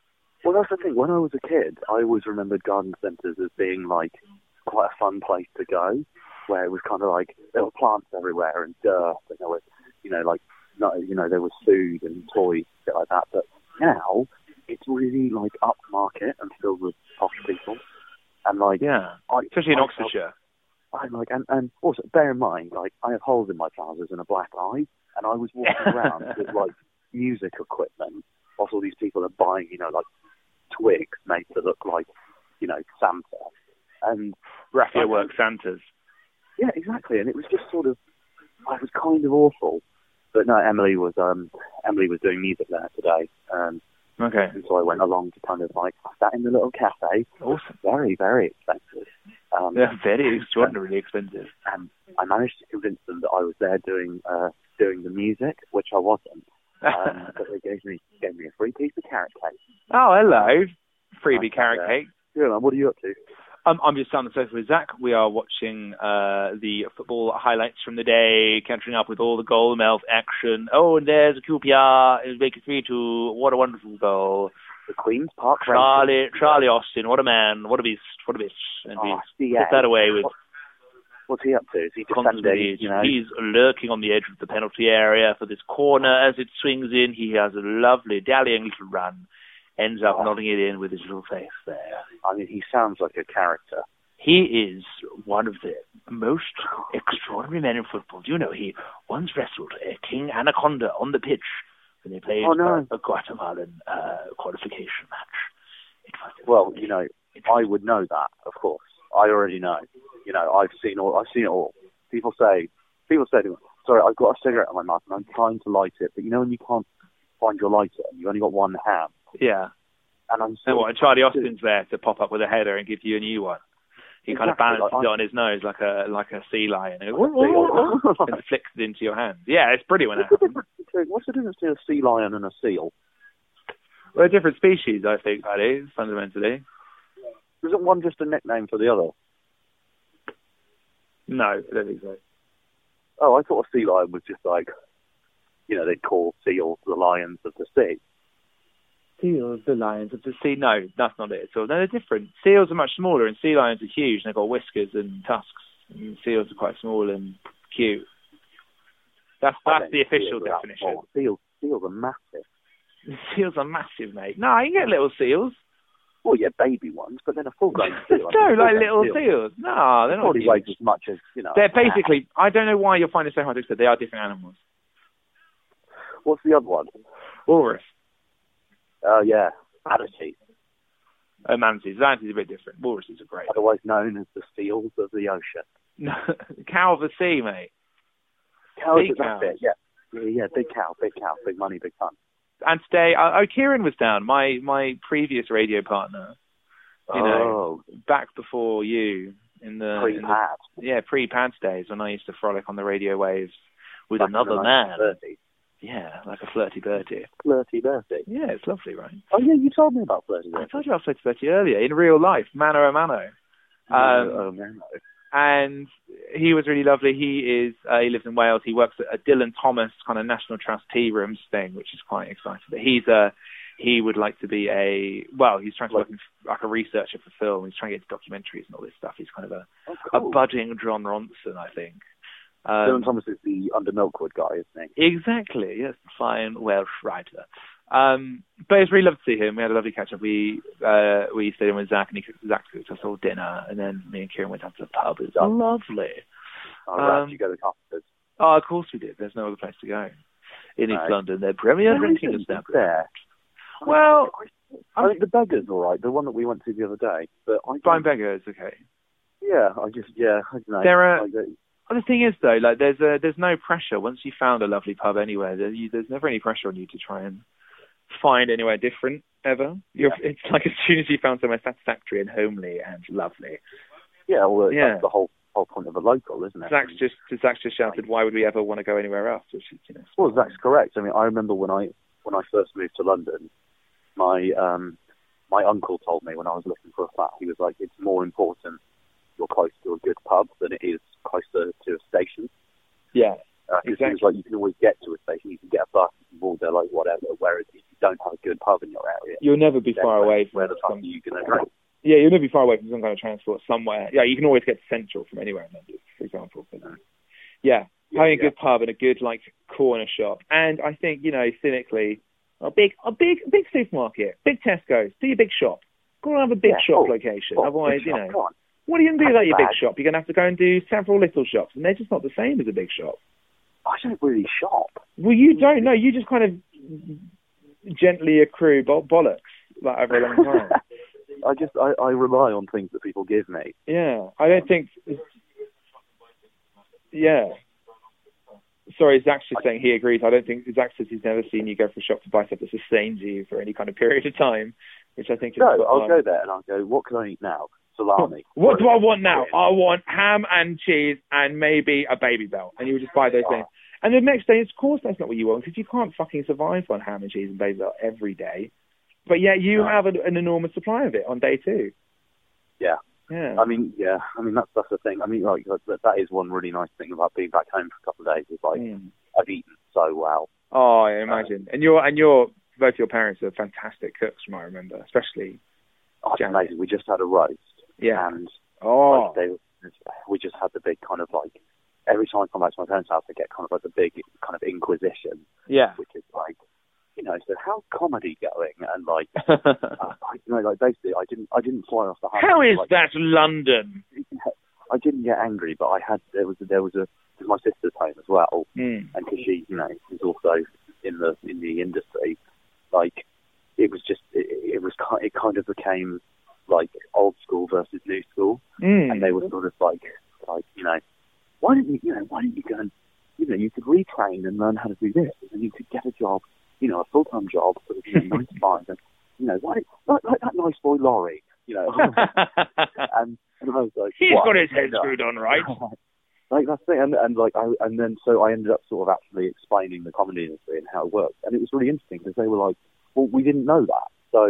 Well, that's the thing. When I was a kid, I always remembered garden centres as being like quite a fun place to go, where it was kind of like there were plants everywhere and dirt, and there was, you know, like not, you know, there was food and toys, shit like that. But now it's really like upmarket and filled with posh people, and like Yeah, I, especially in I- Oxfordshire. I'm like, and, and also bear in mind, like I have holes in my trousers and a black eye, and I was walking around with like music equipment whilst all these people are buying, you know, like twigs made to look like, you know, Santa, and Raffia works Santas. yeah, exactly. And it was just sort of, I was kind of awful, but no, Emily was, um, Emily was doing music there today, um, Okay, and so I went along to kind of like I sat in the little cafe, awesome. very, very expensive. Um, They're very extraordinarily expensive. and I managed to convince them that I was there doing uh, doing the music, which I wasn't. Um, but they gave me gave me a free piece of carrot cake. Oh, hello, freebie Nice carrot out there. cake. Yeah, man, what are you up to? Um, I'm just on the sofa with Zach. We are watching uh, the football highlights from the day, catching up with all the goal mouth action. Oh, and there's a QPR. It's making 3 2. What a wonderful goal. The Queen's Park Rangers. Charlie, Charlie Austin. What a man. What a beast. What a beast. And we Oh, put yeah. that away with What- What's he up to? Is he constantly. defending? You know, He's lurking on the edge of the penalty area for this corner as it swings in. He has a lovely dallying little run, ends up Oh. nodding it in with his little face there. I mean, he sounds like a character. He is one of the most extraordinary men in football. Do you know he once wrestled a king anaconda on the pitch when they played Oh, no. a, a Guatemalan uh, qualification match? It was Well, you know, I would know that, of course. I already know. You know, I've seen all. I've seen it all. People say, people say, to me, sorry, I've got a cigarette in my mouth and I'm trying to light it, but you know when you can't find your lighter and you've only got one hand, yeah. and I'm So sort of- what? And Charlie Austin's there to pop up with a header and give you a new one. He kind of Exactly, balances like, it on his nose like a like a sea lion Sea and, lion. goes, and flicks it into your hand. Yeah, it's pretty when it What's the happens. difference between what's the difference between a sea lion and a seal? We're a different species, I think, that is fundamentally. Isn't one just a nickname for the other? No, I don't think so. Oh, I thought a sea lion was just like, you know, they'd call seals the lions of the sea. Seals, the lions of the sea. No, that's not it at all. No, they're different. Seals are much smaller, and sea lions are huge, and they've got whiskers and tusks. And seals are quite small and cute. That's that's the official definition. Seals, seals are massive. Seals are massive, mate. No, you can get little seals. Well, Oh, yeah, baby ones, but then a full-grown seal. I mean, No, a like full-grown little seal. seals. No, they're not Probably huge. weighs as much as you know. They're basically. I don't know why you're finding it so hard to accept. They are different animals. What's the other one? Walrus. Oh yeah, manatee, Oh, manatees. Manatees are a bit different. Walruses are great. otherwise known as the seals of the ocean. No, cow of the sea, mate. Cows, Big that's cows. it. Yeah. yeah, yeah, big cow, big cow, big money, big fun. And today, uh, oh, Kieran was down. My my previous radio partner. You know, uh, back before you in Oh, the in the- Pre-pad. yeah pre-pads days when I used to frolic on the radio waves with Back in the another man. 1930s. Yeah, like a flirty birdie. Flirty Birthday. Yeah, it's lovely, right? Oh yeah, you told me about Flirty I Birthday. told you about Flirty Bertie earlier in real life, mano a mano. Um, oh, no, no. and he was really lovely. He is uh, he lives in Wales. He works at a Dylan Thomas kind of National Trust tea rooms thing, which is quite exciting. But he's a he would like to be a well, he's trying to work in, like a researcher for film. He's trying to get into documentaries and all this stuff. He's kind of a Oh, a budding John Ronson, I think. uh, Um, Dylan Thomas is the Under Milkwood guy, isn't he? Exactly. Yes, the fine Welsh writer. Um, but it's really lovely to see him. We had a lovely catch up. We uh, we stayed in with Zach, and he cooked, Zach cooked us all dinner, and then me and Kieran went down to the pub. It was uh, lovely. Oh, right, um, you go to the carpenters. Oh, of course we did. There's no other place to go in East Right. London. Their premier There drinking isn't, is establishment. there. Well, I mean, the beggar's all right. The one that we went to the other day, but I don't- Brian Beggar is okay. Yeah, I just yeah, I don't know. There are- Like, uh, Well, the thing is though, like there's a there's no pressure once you found a lovely pub anywhere. There, you, there's never any pressure on you to try and find anywhere different ever. You're, It's like as soon as you found somewhere satisfactory and homely and lovely, yeah, well, that's Yeah. the whole whole point of a local, isn't it? Zach's just Zach's just shouted, "Why would we ever want to go anywhere else?" Which is, you know, Well, Zach's correct. I mean, I remember when I when I first moved to London, my um, my uncle told me when I was looking for a flat, he was like, "It's more important you're close to a good pub than it is closer to a station." yeah, Uh, 'cause He was Exactly. like, "You can always get to a station, you can get a bus, you can walk there, like whatever." Whereas if you don't have a good pub in your area, you'll never be then far where- away from Where the fuck are some- you going to drink? Yeah, you'll never be far away from some kind of transport somewhere. Yeah, you can always get to central from anywhere in London, for example. uh, Yeah, Yeah, having a yeah. good pub and a good like corner shop, and I think you know cynically, a big, a big, big supermarket, big Tesco's, do your big shop. Go and have a big Yeah, shop oh, location. oh, Otherwise, big you shop, know, come on. what are you going to do without your big bad. shop? You're going to have to go and do several little shops, and they're just not the same as a big shop. I don't really shop. Well, you Mm-hmm. don't know. You just kind of gently accrue bo- bollocks like over a long time. I just I, I rely on things that people give me. Yeah, I don't think. Yeah. Sorry, Zach's just saying he agrees. I don't think Zach says he's never seen you go for a shop to buy stuff that sustains you for any kind of period of time, which I think is. No, spot I'll on. go there and I'll go. What can I eat now? Salami. What do I want now? I want ham and cheese and maybe a baby bell, and you would just buy those things. And the next day, of course, that's not what you want because you can't fucking survive on ham and cheese and baby bell every day. But yet you have an, an enormous supply of it on day two. Yeah. Yeah. I mean, yeah. I mean, that's that's the thing. I mean, like that, that- that is one really nice thing about being back home for a couple of days. Is like Mm. I've eaten so well. Oh, Uh, I imagine. and your and your both your parents are fantastic cooks, from what I remember, especially. Oh, it's Janet. amazing. We just had a roast. Yeah. And Oh, like, they, we just had the big kind of like every time I come back to my parents' house, I get kind of like the big kind of inquisition, yeah. which is like, you know, so how's comedy going? And like, uh, I, you know, like basically, I didn't I didn't fly off the handle. How is Like, that London? I didn't get angry, but I had there was there was a 'cause my sister's home as well, Mm. and because she you know is also in the in the industry, like it was just it, it was ki- it kind of became like old school versus new school, and Mm. they were sort of like like you know why didn't you you know why didn't you go and you know you could retrain and learn how to do this, and you could get a job you know a full time job sort of you know, nine to five, and you know why like, like that nice boy Laurie, you know, and, and I was like He's what? got his head No. screwed on, right? Like that's the thing, and, and like I, and then so I ended up sort of actually explaining the comedy industry and how it works, and it was really interesting because they were like, "Well, we didn't know that," so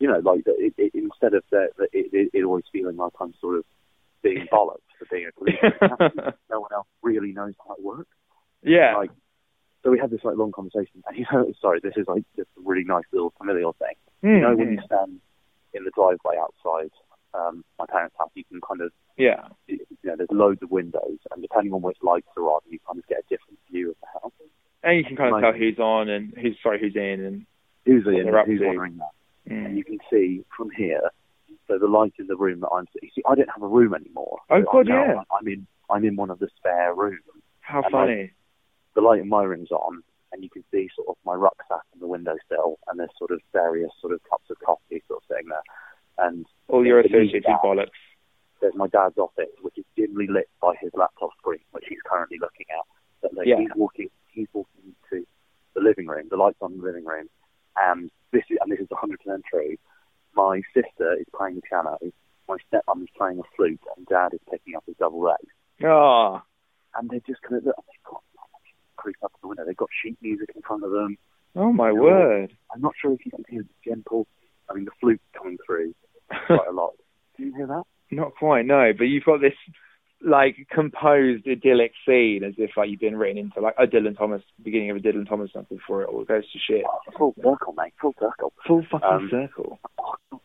you know, like it, it, instead of that, that it, it, it always feeling like I'm sort of being bollocks for being a comedian, actually, no one else really knows how it works. yeah. Like, So we had this like long conversation. And, you know, sorry, this is like just a really nice little familial thing. Hmm, You know, when you hmm. stand in the driveway outside um, my parents' house, you can kind of Yeah. you know, there's loads of windows, and depending on which lights are on, you kind of get a different view of the house. And you can kind of Like- tell who's on and who's sorry who's in and Who's what in, they're up who's to. wandering that. Mm. And you can see from here, so the light in the room that I'm sitting. See, I don't have a room anymore. Oh, So God, I'm now- yeah. I'm in. I'm in one of the spare rooms. How And, like, funny. the light in my room's on, and you can see sort of my rucksack on the windowsill, and there's sort of various sort of cups of coffee sort of sitting there, and All your there's associated that. bollocks. there's my dad's office, which is dimly lit by his laptop screen, which he's currently looking at. But like, Yeah. he's walking, he's walking to the living room. The lights on in the living room, and this is and this is 100 percent true. My sister is playing the piano, my stepmom is playing a flute, and dad is picking up his double leg. Ah. And they're just kind of look, they've got creep up to the window. They've got sheet music in front of them. Oh my word. I'm not sure if you can hear the gentle, I mean the flute coming through quite a lot. Do you hear that? Not quite, no. But you've got this like composed idyllic scene as if like you've been written into like a Dylan Thomas beginning of a Dylan Thomas something before it all goes to shit. Full circle, mate. Full circle. Full fucking Um, circle.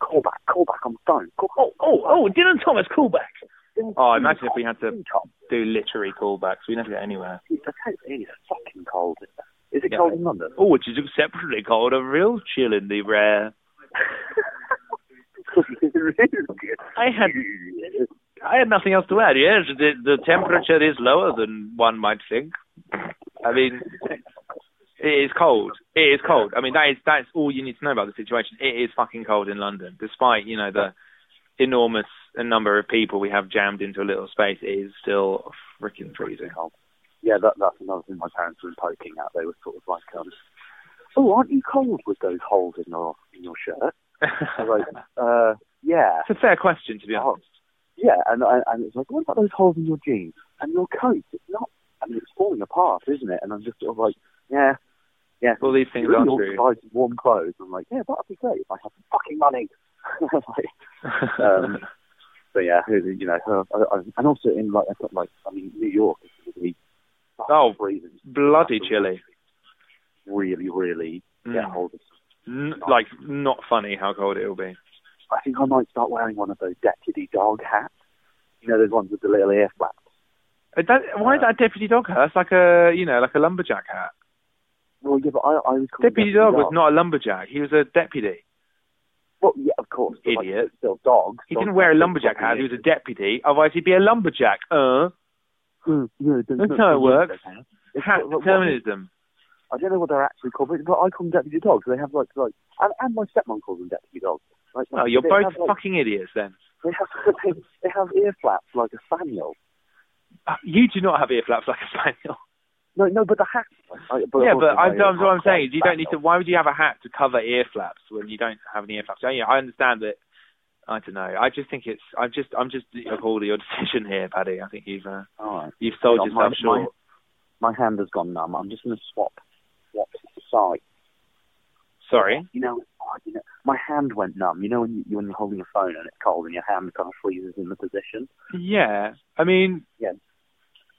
Call back. Call back on the phone. Call, oh, Oh, oh, Dylan Thomas callback. Dylan Oh, imagine if we had to Tom. do literary callbacks. We never get anywhere. The coat is fucking cold. Is it Yeah. cold in London? Oh, which is exceptionally cold, a real chill in the rare. I had I had nothing else to add. Yes, the, the temperature is lower than one might think. I mean, it is cold. It is cold. I mean, that is that's all you need to know about the situation. It is fucking cold in London, despite you know the enormous number of people we have jammed into a little space. It is still freaking freezing. Yeah, that, that's another thing my parents were poking at. They were sort of like, um, oh, aren't you cold with those holes in your in your shirt? I was like, uh, yeah, It's a fair question, to be honest. yeah. And I, and it's like, what about those holes in your jeans and your coat? It's not. I mean, it's falling apart, isn't it? And I'm just sort of like, yeah, yeah. All these things you really are ought to true. buy some warm clothes. I'm like, yeah, that'd be great if I had some fucking money. like, um, but yeah, who- you know, her, I, I, and also in like, I thought, like, I mean, New York is really Oh, freezing, bloody chilly. really, really get Mm. hold of. N- like, not funny how cold it will be. I think I might start wearing one of those deputy dog hats. You know, those ones with the little ear flaps. Uh, That, why is that deputy dog hat? That's like a you know like a lumberjack hat. Well, yeah, but I, I was called Deputy, dog, was not a lumberjack. He was a deputy. Well, yeah, of course. but, like, Idiot. still dogs. He dogs didn't wear a have lumberjack fucking hat. He was a ears. deputy. Otherwise, he'd be a lumberjack. Uh, Mm, yeah, it doesn't look That's like how it a lumberjack works. hat. It's hat got- what- determinism. I don't know what they're actually called, but, but I call them deputy dogs. They have like like, and, and my stepmom calls them deputy dogs. Like, Oh, you're they both have, like, fucking idiots then. They have they, they have ear flaps like a spaniel. Uh, You do not have ear flaps like a spaniel. No, no, but the hat. I, but yeah, also but my I'm, ear I'm, flaps what I'm are saying is you don't need to. spaniel. Why would you have a hat to cover ear flaps when you don't have any ear flaps? Yeah, yeah, I understand that. I don't know. I just think it's. I'm just. I'm just appalled at your decision here, Paddy. I think you've uh, All right. you've sold Hang on, yourself my- short. My, my hand has gone numb. I'm just going to swap swap side. Sorry. You know, oh, you know, my hand went numb. You know when you when you're holding a phone and it's cold and your hand kind of freezes in the position. Yeah. I mean, Yeah.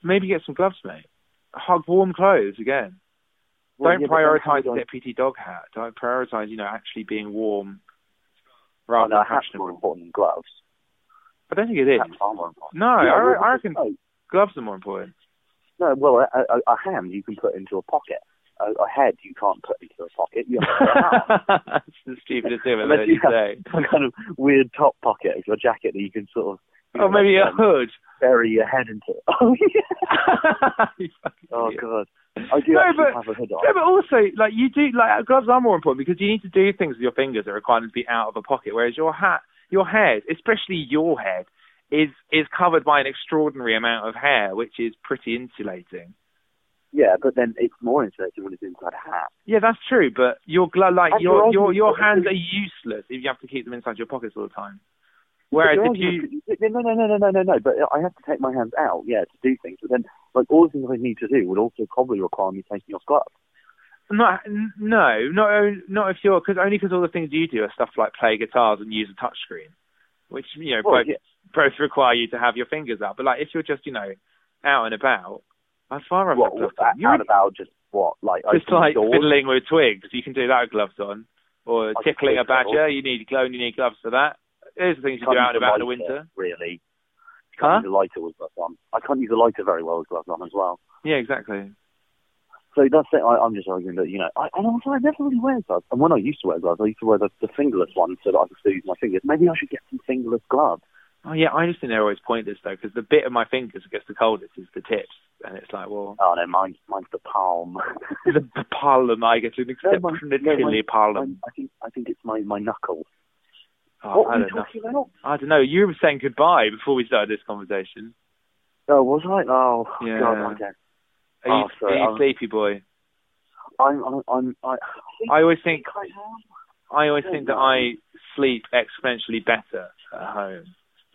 maybe get some gloves, mate. Hug warm clothes again. Well, don't yeah, but then how prioritize do I- deputy dog hat. Don't prioritize, you know, actually being warm Oh, rather no, than hats more fashionable. important than gloves. I don't think it is. Hats are more important. No, I, Yeah, re- well, I reckon no, gloves are more important. No, well, a, a, a hand you can put into a pocket. A, a head you can't put into a pocket. You have to put it out. That's the stupidest thing I've ever Unless heard you you have say. some kind of weird top pocket of your jacket that you can sort of you Oh, know, maybe a like, um, hood. bury your head into. Oh yeah. You fucking Oh idiot. god. I do No, actually but- have a hood on. No, but also, like you do, like gloves are more important because you need to do things with your fingers that are required to be out of a pocket. Whereas your hat, your head, especially your head, is is covered by an extraordinary amount of hair, which is pretty insulating. Yeah, but then it's more interesting when it's inside a hat. Yeah, that's true. But your glo- like And your your your argument- your hands are useless if you have to keep them inside your pockets all the time. Whereas But if there are- you no, no, no, no, no, no, no. But I have to take my hands out, yeah, to do things. But then, like all the things I need to do would also probably require me taking off gloves. not n- no not on- not if you're because only because all the things you do are stuff like play guitars and use a touchscreen, which you know Well, both yeah. both require you to have your fingers up. But like if you're just, you know, out and about, I'd far rather What, have gloves that on. You're out a- about just what? Like Just opening like doors? fiddling with twigs, you can do that with gloves on. Or Like tickling a twig level. badger, you need gloves. You need gloves for that. There's things you Can't do out use and about in the lighter, winter. Really, I can't use a lighter with gloves on. I can't use a lighter very well with gloves on as well. Yeah, exactly. So that's it. I, I'm just arguing that you know, I, and also I never really wear gloves. And when I used to wear gloves, I used to wear the, the fingerless ones so that I could still use my fingers. Maybe I should get some fingerless gloves. Oh yeah, I just think they're always pointless though, because the bit of my fingers that gets the coldest is the tips, and it's like, well, Oh no, mine's mine's the palm. the palm I get an mine- exceptionally no, mine- palm. I think I think it's my my knuckle. Oh, what I are you don't know. talking about? I don't know. You were saying goodbye before we started this conversation. Oh, was I? Oh, Yeah. God, I don't. Are you, Oh, sorry, are you I'm- sleepy boy? I'm I'm, I'm I. I always think I am. I always Oh, think that no. I sleep exponentially better at home.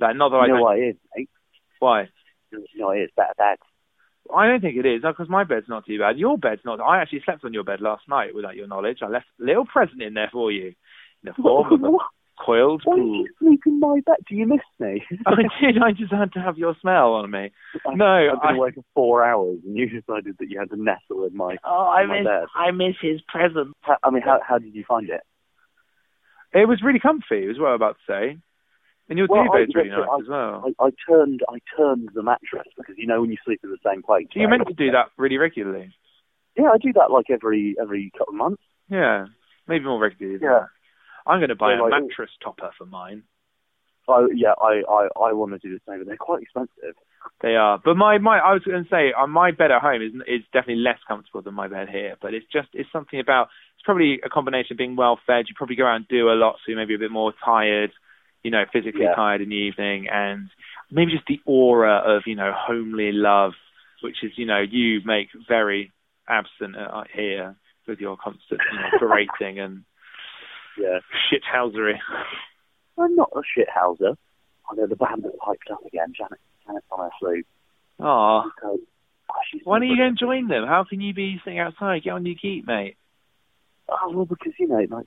Like not that I you know don't. what it is, mate? Why? You know what it is. Better bed. I don't think it is because my bed's not too bad. Your bed's not. I actually slept on your bed last night without your knowledge. I left a little present in there for you, in the form of a What? coiled Why pool. did you sleep in my bed? Do you miss me? I did. I just had to have your smell on me. No, I've been I, away for four hours, and you decided that you had to nestle in my. Oh, I in my miss, bed. I miss his presence. How, I mean, how how did you find it? it was really comfy. Was what I was about to say. And your Well, I- duvet's really that's it, nice I- as well. I, I turned I turned the mattress because you know when you sleep in the same place. so you uh, meant to do that really regularly. Yeah, I do that like every every couple of months. Yeah, maybe more regularly. than Yeah. that. I'm going to buy So, a like, mattress topper for mine. So yeah, I I, I want to do the same, but they're quite expensive. They are, but my my I was going to say uh, my bed at home is is definitely less comfortable than my bed here. But it's just it's something about it's probably a combination of being well fed. You probably go out and do a lot, so you're maybe a bit more tired, you know, physically Yeah. tired in the evening, and maybe just the aura of you know homely love, which is you know you make very absent uh, here with your constant you know, berating and Yeah, shithousery. I'm not a shithouser. I know the band that piped up again. Janet Janet's on her sleeve. Ah, So, oh, she's why don't you go brilliant. and join them? How can you be sitting outside? Get on your geek, mate. Oh, well, because you know, like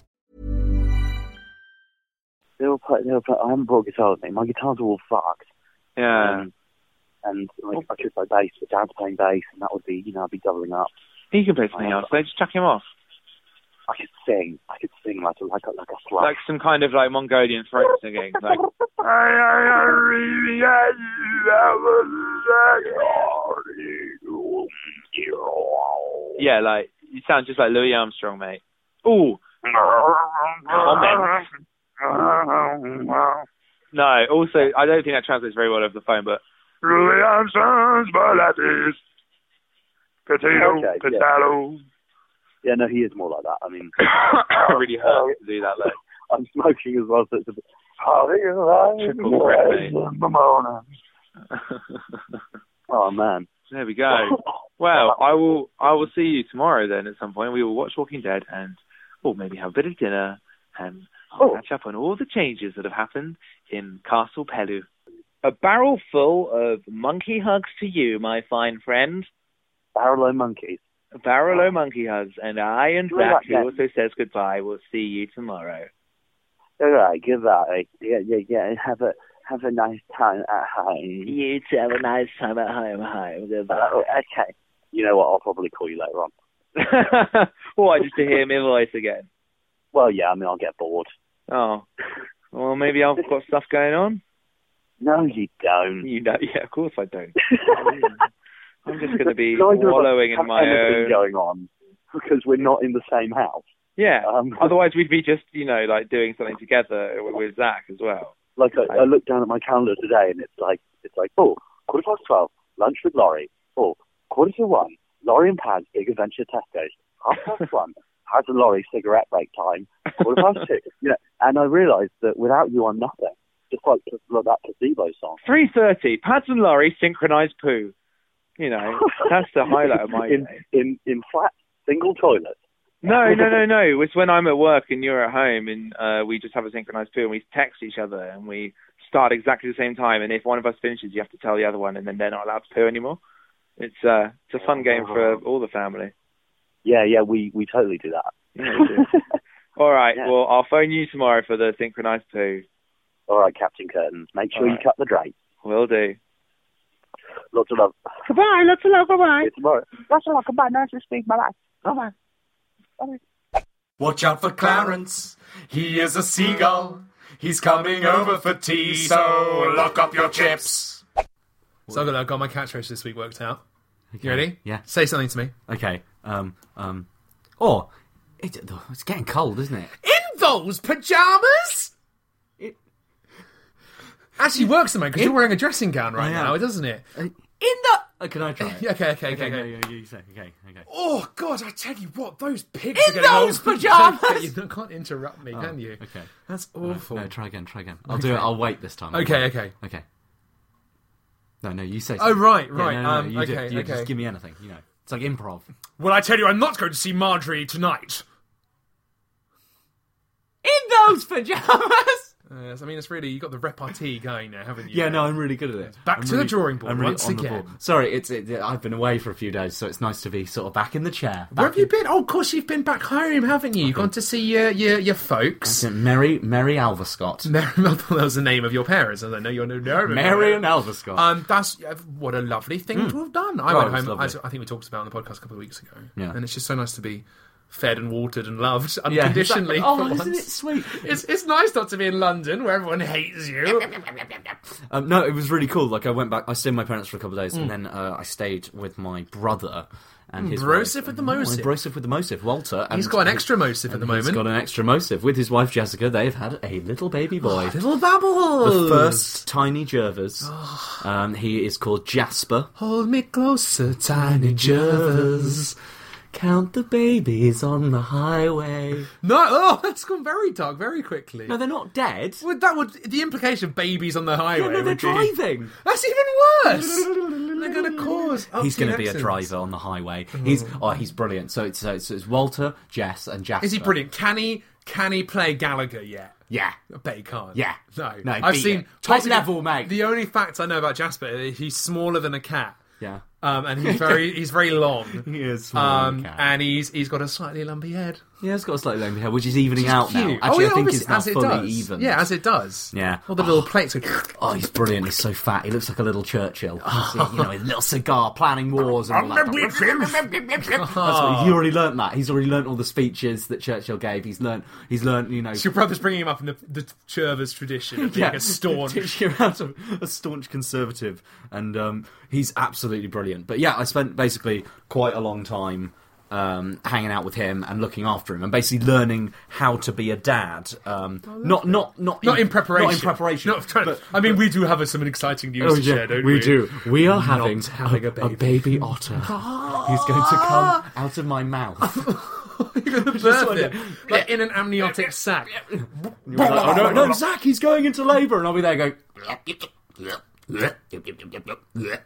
they were play, they were play, I haven't brought guitar with me. My guitars are all fucked. Yeah. Um, and like, I could play bass, but Dad's playing bass, and that would be, you know, I'd be doubling up. He can play something else. They just chuck him off. I could sing. I could sing like a like a like a thrush. Like some kind of like Mongolian throat singing. Like yeah, like you sound just like Louis Armstrong, mate. Ooh. Comment. No, also I don't think that translates very well over the phone, but Okay, yeah. yeah, no, he is more like that. I mean, it really hurts to do that like I'm smoking as well, so it's a bit. triple threat, mate. Oh man. there we go. Well, I will I will see you tomorrow then at some point. We will watch Walking Dead and or maybe have a bit of Oh. Oh, dinner and I'll catch up on all the changes that have happened in Castle Pelu. A barrel full of monkey hugs to you, my fine friend. Barrel o' monkeys. Barrel o' monkey hugs, and I and Right Zach, who then. also says goodbye, will see you tomorrow. All right, goodbye. Yeah, yeah, yeah. and Have a have a nice time at home. You too. Have a nice time at home. Home. Goodbye. Oh, okay. You know what? I'll probably call you later on. Why, just to hear my voice again? Well, yeah. I mean, I'll get bored. Oh, well, maybe I've got stuff going on. No, you don't. You don't. Yeah, of course I don't. Oh, I'm just going to be Neither of us wallowing have in my anything own. going on because we're not in the same house. Yeah. Um, Otherwise, we'd be just, you know, like doing something together with- with Zach as well. Like I, I looked down at my calendar today, and it's like it's like oh, quarter past twelve, lunch with Laurie. Oh, quarter to one, Laurie and Paz big adventure Tesco's. Half past one, Paz and Laurie cigarette break time. Quarter past two. You know, and I realised that without you, I'm nothing. Just like like that placebo song. 3.30, Pads and Laurie synchronized poo. You know, that's the highlight of my in, day. in in flat single toilet. No, no, no, no. It's when I'm at work and you're at home, and uh, we just have a synchronized poo, and we text each other, and we start exactly the same time. And if one of us finishes, you have to tell the other one, and then they're not allowed to poo anymore. It's uh, it's a fun game for all the family. Yeah, yeah, we we totally do that. Yeah, we do. all right. Well, I'll phone you tomorrow for the synchronized poo. All right, Captain Curtains. Make sure All you right. cut the drape. Will do. Lots of love. Goodbye. Lots of love. Goodbye. Tomorrow. Lots of love. Goodbye. Nice to speak. Bye bye. Bye bye. Watch out for Clarence. He is a seagull. He's coming over for tea, so lock up your chips. So I've got, I've got my catchphrase this week worked out. Okay. You ready? Yeah. Say something to me. Okay. Um. Um. Oh, it, it's getting cold, isn't it? In those pajamas? Actually works, mate, because you're wearing a dressing gown right I am. now, doesn't it? In Uh, the. can I try? It? Yeah, okay, okay, okay, No, okay. yeah, you say. Okay. Okay. Oh God! I tell you what, those pigs In are getting those old. pajamas! You can't interrupt me, Oh, can you? Okay. That's No, awful. No, try again. Try again. I'll do it. Okay. I'll wait this time. I'll Okay, wait. okay. Okay. No, no. You say. Oh, right, Yeah, no, right, no, no, um, you do it. okay, You okay. Just give me anything. You know, it's like improv. Well, I tell you, I'm not going to see Marjorie tonight. In those pajamas. Uh, so, I mean, it's really you got the repartee going there, haven't you? Yeah, no, I'm really good at it. Back I'm to the really- drawing board I'm really once on the again. ball. Sorry, it's it, I've been away for a few days, so it's nice to be sort of back in the chair. Where have you been? Oh, of course, you've been back home, haven't you? You've gone to see your your, your folks. Mary Mary Alverscott. Mary, I thought that was the name of your parents. I don't know your no, no, no, Mary no. and Alverscott. Um, that's yeah, what a lovely thing Mm. to have done. I Oh, went it was home. I, lovely. I think we talked about it on the podcast a couple of weeks ago. Yeah. and it's just so nice to be fed and watered and loved Yeah, unconditionally. exactly. for Oh, isn't once. it sweet? It's it's nice not to be in London where everyone hates you. Um, no, it was really cool. Like I went back, I stayed with my parents for a couple of days, Mm. and then uh, I stayed with my brother and his Broseph wife. Hmm, with the Mosif. Mm, Broseph with the Mosif, Walter. He's got an extra Mosif at the He's moment. got an extra Mosif with his wife Jessica. They've had a little baby boy. Ah, Little Babbles. the first tiny Jervis. Ah. um, he is called Jasper. Hold me closer, tiny Jervis. Count the babies on the highway. No, oh, that's gone very dark very quickly. No, they're not dead. Well, that would the implication of babies on the highway. Yeah, no, they're would be- driving. That's even worse. they're going to cause. he's going to be a driver on the highway. He's oh, he's brilliant. So it's so it's, it's Walter, Jess, and Jasper. Is he brilliant? Can he can he play Gallagher yet? Yeah. I bet he can't. Yeah. No. No, I've beat seen it. Top basically, level, mate. The only fact I know about Jasper is he's smaller than a cat. Yeah. Um, and he's very he's very long. He is smaller than Um, a cat. and he's he's got a slightly lumpy head. Yeah, it's got a slightly long hair, which is evening out now. Cute. Oh, Actually, I think obviously, it's now as it fully does. even. Yeah, as it does. Yeah. All the little plates. Are... Oh, he's brilliant. He's so fat. He looks like a little Churchill. You see, you know, with a little cigar, planning wars and all that. That's what, he already learnt that. He's already learnt all the speeches that Churchill gave. He's learnt. He's learnt. You know, So your brother's bringing him up in the, the Chervers tradition of being Yeah. a staunch. Teaching him how to- a staunch conservative, and um, he's absolutely brilliant. But yeah, I spent basically quite a long time um, hanging out with him and looking after him, and basically learning how to be a dad. Um, not, not, not, Not in preparation. Not in preparation. Not trying- I mean, we do have some exciting news Oh, to yeah, share, don't we? we do. We are having, having a, a a baby. baby. otter. He's going to come out of my mouth. Birth it, like in an amniotic sac. You're like, oh no, no, Zach, he's going into labour, and I'll be there going.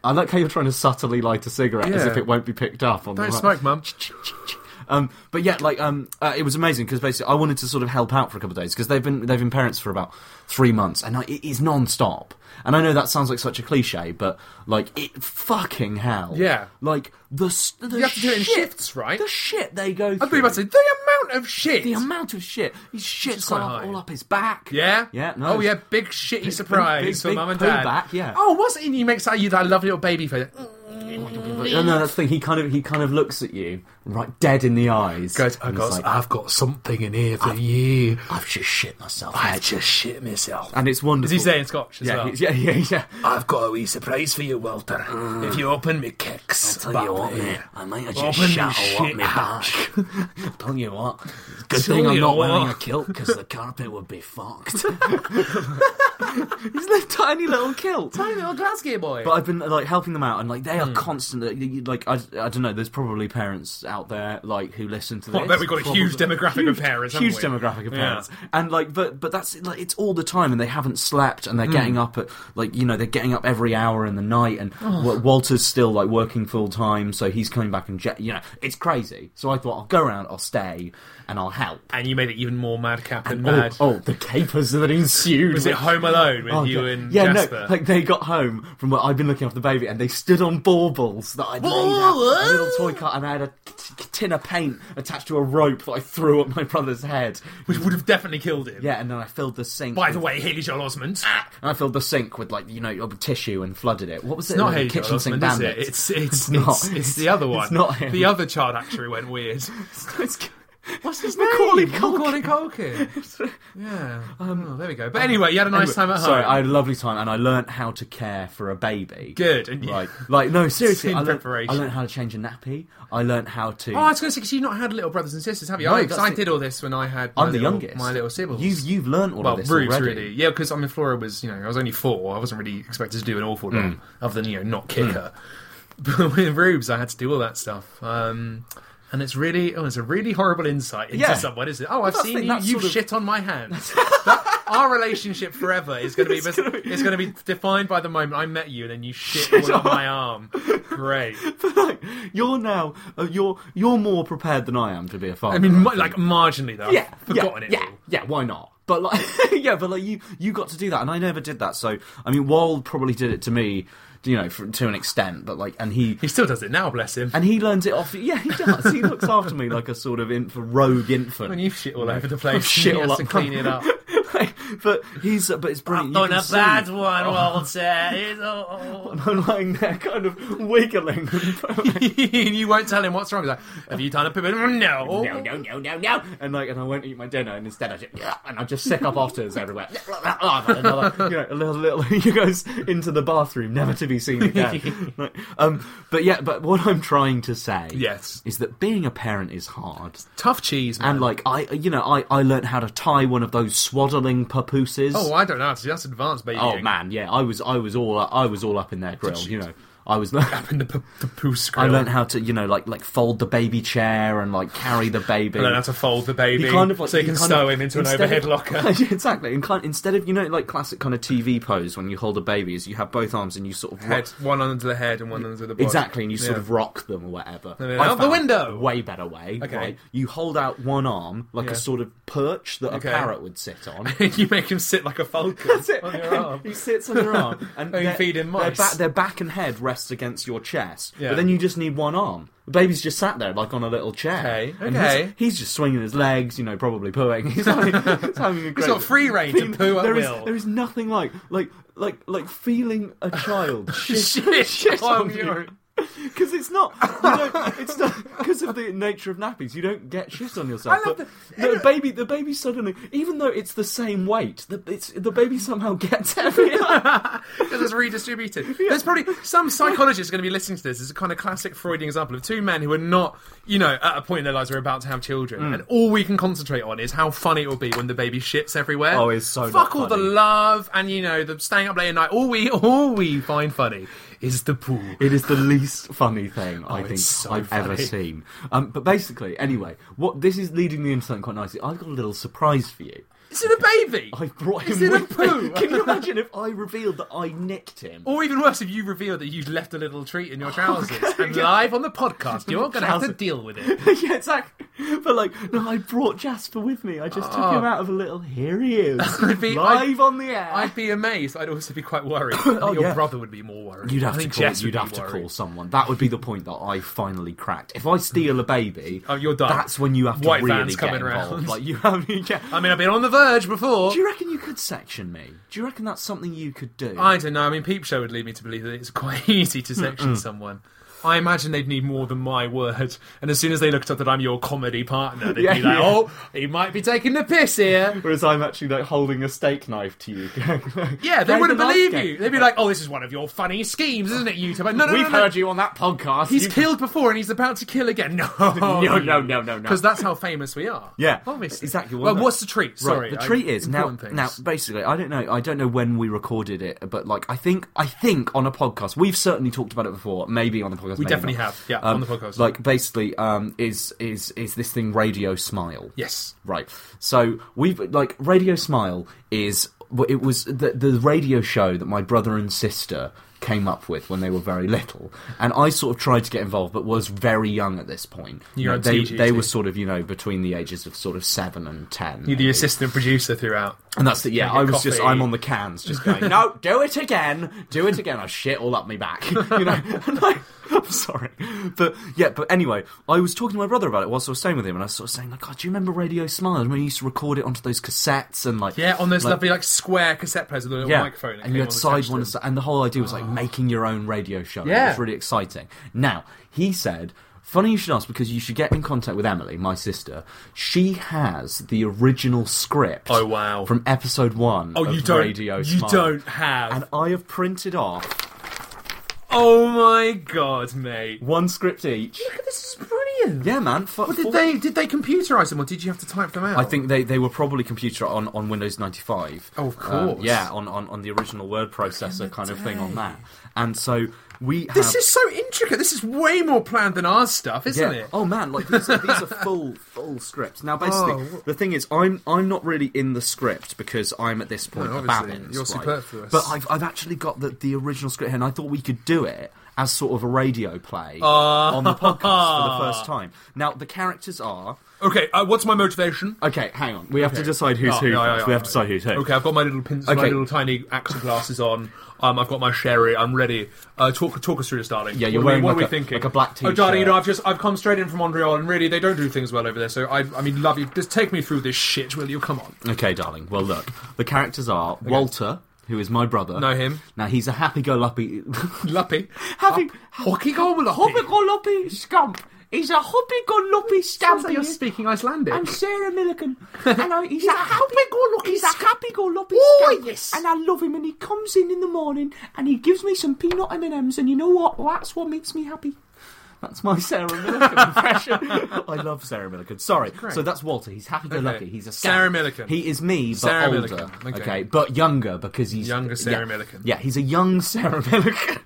I like how you're trying to subtly light a cigarette as Yeah. if it won't be picked up. On Don't the smoke, mum. Um, but yeah, like um, uh, it was amazing because basically I wanted to sort of help out for a couple of days because they've been they've been parents for about three months and I, it is non-stop. And I know that sounds like such a cliche, but like it fucking hell. Yeah. Like the, s- the You have to do it in shit- shifts, right? The shit they go. I thought you were about to say the amount of shit. The amount of shit. He shits quite all up, high. all up his back. Yeah. Yeah. No, oh yeah, big shitty big- surprise big- for big mum and poo dad. back, yeah. Oh, what's it? And he makes out you that lovely little baby face. No, no, that's the thing. He kind of he kind of looks at you right dead in the eyes. Guys, I got- I've got something in here for you. I've just shit myself. I just shit myself. And it's wonderful. Is he saying Scotch as yeah, well? he's- Yeah, yeah, yeah. I've got a wee surprise for you, Walter. If you open me kicks, I tell you what, mate, I might have just open shat me all up shit me back. tell you what, good Tell thing I'm you not wearing a what. kilt because the carpet would be fucked. He's a tiny little kilt. Tiny little Glasgow boy. But I've been like helping them out, and like Hmm. they are constantly you- you- like I, I don't know. There's probably parents out there like who listen to this. Well, I bet we've got a huge Probably- demographic of parents, haven't Huge we? demographic of Yeah. parents, and like but but that's like it's all the time, and they haven't slept, and they're Mm. getting up at like you know they're getting up every hour in the night, and Oh. Wa- Walter's still like working full time, so he's coming back and jet. You know it's crazy. So I thought I'll go around, I'll stay, and I'll help. and you made it even more madcap And than oh, mad. oh, the capers that ensued. Was it Home Alone with you God. and Oh, yeah, Jasper? no, like they got home from where I'd been looking after the baby, and they stood on baubles that I'd laid out, a little toy cart, and I had a t- t- tin of paint attached to a rope that I threw at my brother's head, which would have definitely killed him. Yeah, Ah, and then I filled the sink. By the with- way, Haley Joel Osment. and I filled the sink with like you know tissue and flooded it. What was It's it? not The Haley kitchen Joel sink Osment, is it? bandit. It's it's, it's, not. it's, the other one. It's not him. The other child actor who went weird. What's his Macaulay name? Culkin. Um, Macaulay Culkin. yeah. Oh, there we go. But anyway, you had a nice time at home. Sorry, I had a lovely time, and I learnt how to care for a baby. Good. And you- like, like no, seriously, In I learnt, I preparation. learnt how to change a nappy. I learnt how to. Oh, I was going to say because you've not had little brothers and sisters, have you? No, Oh, 'cause that's I the- did all this when I had. My I'm the little- youngest. My little siblings. You've you've learnt all well, of this Ruth, already. really, yeah, because I mean, Flora was, you know, I was only four. I wasn't really expected to do an awful lot, Mm. other than you know, not kick her. But with Rubes, I had to do all that stuff, um, and it's really, oh, it's a really horrible insight into Yeah. someone, isn't it? Well, Oh, I've that's the seen thing, you, that's you sort of- shit on my hand. That- our relationship forever is going to be, it's going to be defined by the moment I met you, and then you shit all on my arm. Great. You're now uh, you're you're more prepared than I am to be a father. I mean, I ma- think. like marginally though. yeah, I've forgotten yeah, it. Yeah, yeah, why not? But like, yeah, but like you you got to do that, and I never did that. So I mean, Wald probably did it to me, you know, for, to an extent. But like, and he he still does it now, bless him. And he learns it off. Yeah, he does. he looks after me like a sort of inf- rogue infant. When you shit all You know, over the place, shit he all has up to clean it up. but he's but it's brilliant. You on can a see- bad one, Oh. Walter. It's- oh. And I'm lying there, kind of wiggling. and you won't tell him what's wrong. He's like, have you done a poo? No. No, no, no, no, no. And like, and I won't eat my dinner, and instead I just, and I just sick up afters everywhere. Oh, Another, you know, a little, little, he goes into the bathroom, never to be seen again. Like, um, but yeah, but what I'm trying to say, yes, is that being a parent is hard, tough cheese, and like I, you know, I, I learned how to tie one of those swaddling papooses. Oh, I don't know. That's, that's advanced baby. Oh man, yeah, I was I was all I was all up in their grill, you know. I was up in the, p- the poos I grill. learned how to, you know, like like fold the baby chair and like carry the baby. I learned how to fold the baby He kind of, like, so you he can kind sew of- him into an instead of- overhead locker. exactly. And kind, instead of you know like classic kind of TV pose when you hold a baby, is you have both arms and you sort of rock- Head, one under the head and one under the body. exactly, and you sort Yeah. of rock them or whatever. And then I out the found window! a Way better way. Okay. right? You hold out one arm like Yeah. a sort of perch that Okay. a parrot would sit on. you make him sit like a falcon. That's it. On your arm. Oh, He sits on your arm, and you their- feed him mice. Their back, their back and head rests against your chest, Yeah. but then you just need one arm. The baby's just sat there, like on a little chair. Okay, and he's- okay. He's, just swinging his legs, you know, probably pooing. He's having, he's having a great. He's got free reign to poo at There is- will. there is nothing like like like like feeling a child shit, Shit on your- Because it's not, you don't, it's not because of the nature of nappies. You don't get shit on yourself. I love but the baby, the baby suddenly, even though it's the same weight, the, it's, the baby somehow gets heavier. because it's redistributed. There's probably some psychologist going to be listening to this. It's a kind of classic Freudian example of two men who are not, you know, at a point in their lives are about to have children, Mm. and all we can concentrate on is how funny it will be when the baby shits everywhere. Oh, it's so not fuck all the funny. love and you know the staying up late at night. All we all we find funny is the pool. It is the least funny thing I Oh, it's think so I've ever funny. seen. Um, but basically, anyway, what this is leading me into something quite nicely. I've got a little surprise for you. Is it a baby? I brought him Is it a with me. poo? Can you imagine if I revealed that I nicked him? Or even worse, if you reveal that you'd left a little treat in your trousers, and live on the podcast, you're going to have to Trousers. deal with it. yeah, exactly. But like, no, I brought Jasper with me. I just took Oh. him out of a little. Here he is, I'd be, live on the air. I'd be amazed. I'd also be quite worried. oh, your yeah. brother would be more worried. You'd I have to think call, Jess would you'd be have to worried. call someone. That would be the point that I finally cracked. If I steal a baby, oh, you're done. That's when you have to White really vans get coming involved. round. Like you have, yeah. I mean, I've been on the verge before. Do you reckon you could section me? Do you reckon that's something you could do? I don't know. I mean, Peep Show would lead me to believe that it's quite easy to section Mm-mm. someone. I imagine they'd need more than my word. And as soon as they looked up that I'm your comedy partner, they'd be like, oh, he might be taking the piss here. Whereas I'm actually like holding a steak knife to you. yeah, they Play wouldn't the life believe game. you. They'd be like, oh, this is one of your funny schemes, isn't it, YouTube? No, no, We've no, no, heard no. you on that podcast. He's You- killed before and he's about to kill again. No. No, no, no, no, no. Because that's how famous we are. Yeah, Obviously. exactly. Well, no. what's the treat? Sorry. right, the I- treat is now. important Now, things. basically, I don't know. I don't know when we recorded it, but like, I think, I think on a podcast, we've certainly talked about it before. Maybe on the podcast, We maybe definitely not. Um, have, yeah, on the podcast. Like, basically, um, is is is this thing Radio Smile? Yes. Right. So we've like Radio Smile is well, it was the the radio show that my brother and sister came up with when they were very little, and I sort of tried to get involved, but was very young at this point. You're know, on they TGT. they were sort of you know between the ages of sort of seven and ten. You're the assistant producer throughout. And that's the yeah. Make a I was just coffee. I'm on the cans, just going no, do it again, do it again. I shit all up me back, you know. And I, I'm sorry, but yeah. But anyway, I was talking to my brother about it whilst I was staying with him, and I was sort of saying like, God, do you remember Radio Smile? And we used to record it onto those cassettes and like Yeah, on those like- lovely like square cassette players with a little microphone. that and you came had on side attached one, to and si- and the whole idea was like making your own radio show. Yeah. it was really exciting. Now he said, "Funny you should ask because you should get in contact with Emily, my sister. She has the original script. Oh wow, from episode one. Oh, of you don't. Radio you Smile. don't have. And I have printed off. Oh my god, mate! One script each. Look at this is brilliant. Yeah, man. Fu- What did full- they did they computerize them or did you have to type them out? I think they, they were probably computer on, on Windows 95. Oh, of Um, course. yeah, on, on, on the original word processor kind of thing on day. that. And so we have. this is so intricate. This is way more planned than ours stuff, isn't Yeah. it? Oh man, like these are, these are full full scripts. Now basically, Oh, wh- the thing is, I'm I'm not really in the script because I'm at this point a No, obviously, Babbins, you're right? superfluous. But I've I've actually got the, the original script here, and I thought we could do it as sort of a radio play Oh. on the podcast for the first time. Now the characters are Okay, uh, what's my motivation? Okay, hang on. We have Okay. to decide who's Oh, who. yeah, yeah, first. yeah, we have to yeah. decide who's who. Okay, I've got my little pins, my Okay. little tiny action glasses on. Um, I've got my sherry. I'm ready. Uh, talk, talk us through this, darling. Yeah, you're what are we- wearing what like are we a- thinking? like a black Oh, darling, you t-shirt. know, I've just I've come straight in from Montreal, and really, they don't do things well over there. So I, I mean, love you. Just take me through this shit, will you? Come on. Okay, darling. Well, look. The characters are Walter, who is my brother. Know him. Now he's a happy-go-lucky, Luppy. happy, Hockey go Hoppy-go-luppy scamp. He's a hoppy-go-luppy scamp. Sounds like you're speaking Icelandic. I'm Sarah Milligan. and I, he's, a happy-go-lucky he's a happy-go-lucky Oh, scamp. yes. And I love him. And he comes in in the morning and he gives me some peanut M&Ms. And you know what? That's what makes me happy. That's my Sarah Millican impression. I love Sarah Millican. Sorry. Great. So that's Walter. He's happy-go-lucky. Okay. He's a scamp. Sarah Millican. He is me, but Sarah older. Millican. Okay. Okay. but younger because he's Younger Sarah yeah. Millican. Yeah, he's a young Sarah Millican.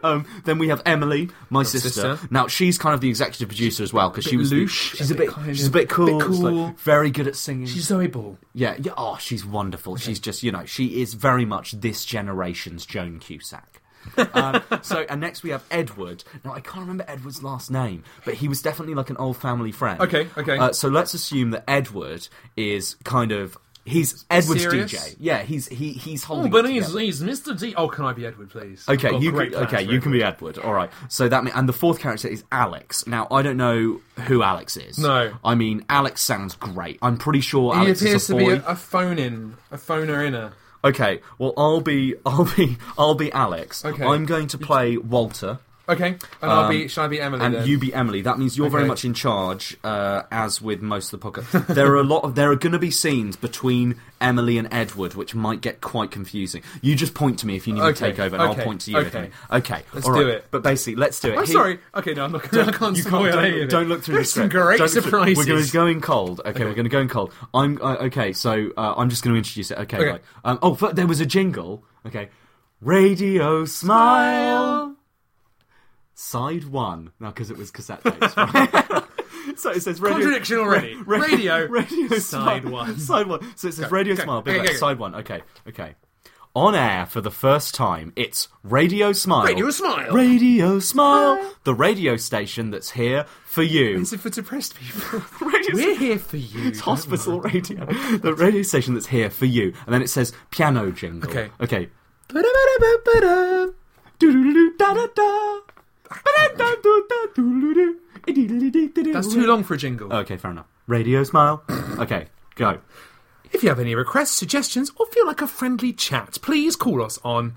um, then we have Emily, my sister. sister. Now she's kind of the executive producer as well because Bit she was the- louche, she's a a bit bit kind she's a of- bit cool, bit she's, like, cool. very good at singing. She's Zoe Ball. yeah, yeah. Oh, she's wonderful. She's just you know she is very much this generation's Joan Cusack. um, so and next we have Edward. Now I can't remember Edward's last name, but he was definitely like an old family friend. Okay, okay. Uh, so let's assume that Edward is kind of he's Edward's Serious? DJ. Yeah, he's he he's Oh, holding. but it he's, together. he's Mr. D. Oh, can I be Edward, please? I've Okay, got you great can, plans okay, for you can be Edward. All right. So that mean, and the fourth character is Alex. Now I don't know who Alex is. No. I mean Alex sounds great. I'm pretty sure He Alex appears is a to boy. be a, a phone in, a phoner in a. Okay, well I'll be I'll be I'll be Alex. Okay. I'm going to play Walter. Okay, and I'll Um, be. Shall I be Emily? And then? you be Emily. That means you're very Okay. much in charge, uh, as with most of the podcast. there are a lot of there are going to be scenes between Emily and Edward, which might get quite confusing. You just point to me if you need to Okay, take over, and okay, I'll point to you. if okay. you need- okay. Let's all right. do it. But basically, let's do it. I'm Here- sorry. Okay, no, I'm not. I can't you spoil don't, any of it. don't look through There's the some script. great Don't look through- surprises. We're going to go in cold. Okay, Okay. we're going to go in cold. I'm uh, okay. So uh, I'm just going to introduce it. Okay, Okay. right. Um, oh, but there was a jingle. Okay, radio smile. Side one. Now, because it was cassette tapes. right? So it says radio. Contradiction already. Ra- ra- Radio. Radio Side Smile. one. Side one. So it says Go, radio go, smile. go, Big go, letter, go. Side one. Okay. Okay. On air for the first time, it's Radio Smile. Radio Smile. Radio Smile. The radio station that's here for you. It's for depressed people. We're here for you. It's hospital radio. The radio station that's here for you. And then it says piano jingle. Okay. Okay. That's too long for a jingle. Okay, fair enough. Radio Smile. okay, go. If you have any requests, suggestions, or feel like a friendly chat, please call us on.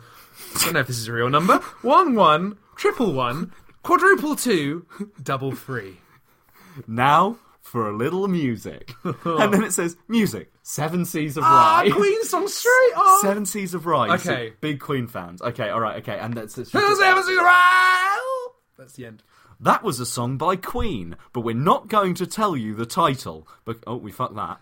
I don't know if this is a real number. One one triple one quadruple two double three. Now for a little music. and then it says music. Seven Seas of Ah, Rye. Queen song Oh. straight on. Seven Seas of Rye. You see, Okay. big Queen fans. Okay, all right, okay. And that's it's Who's ever seen a Ryle? That's the end. That was a song by Queen, but we're not going to tell you the title. But oh, we fucked that.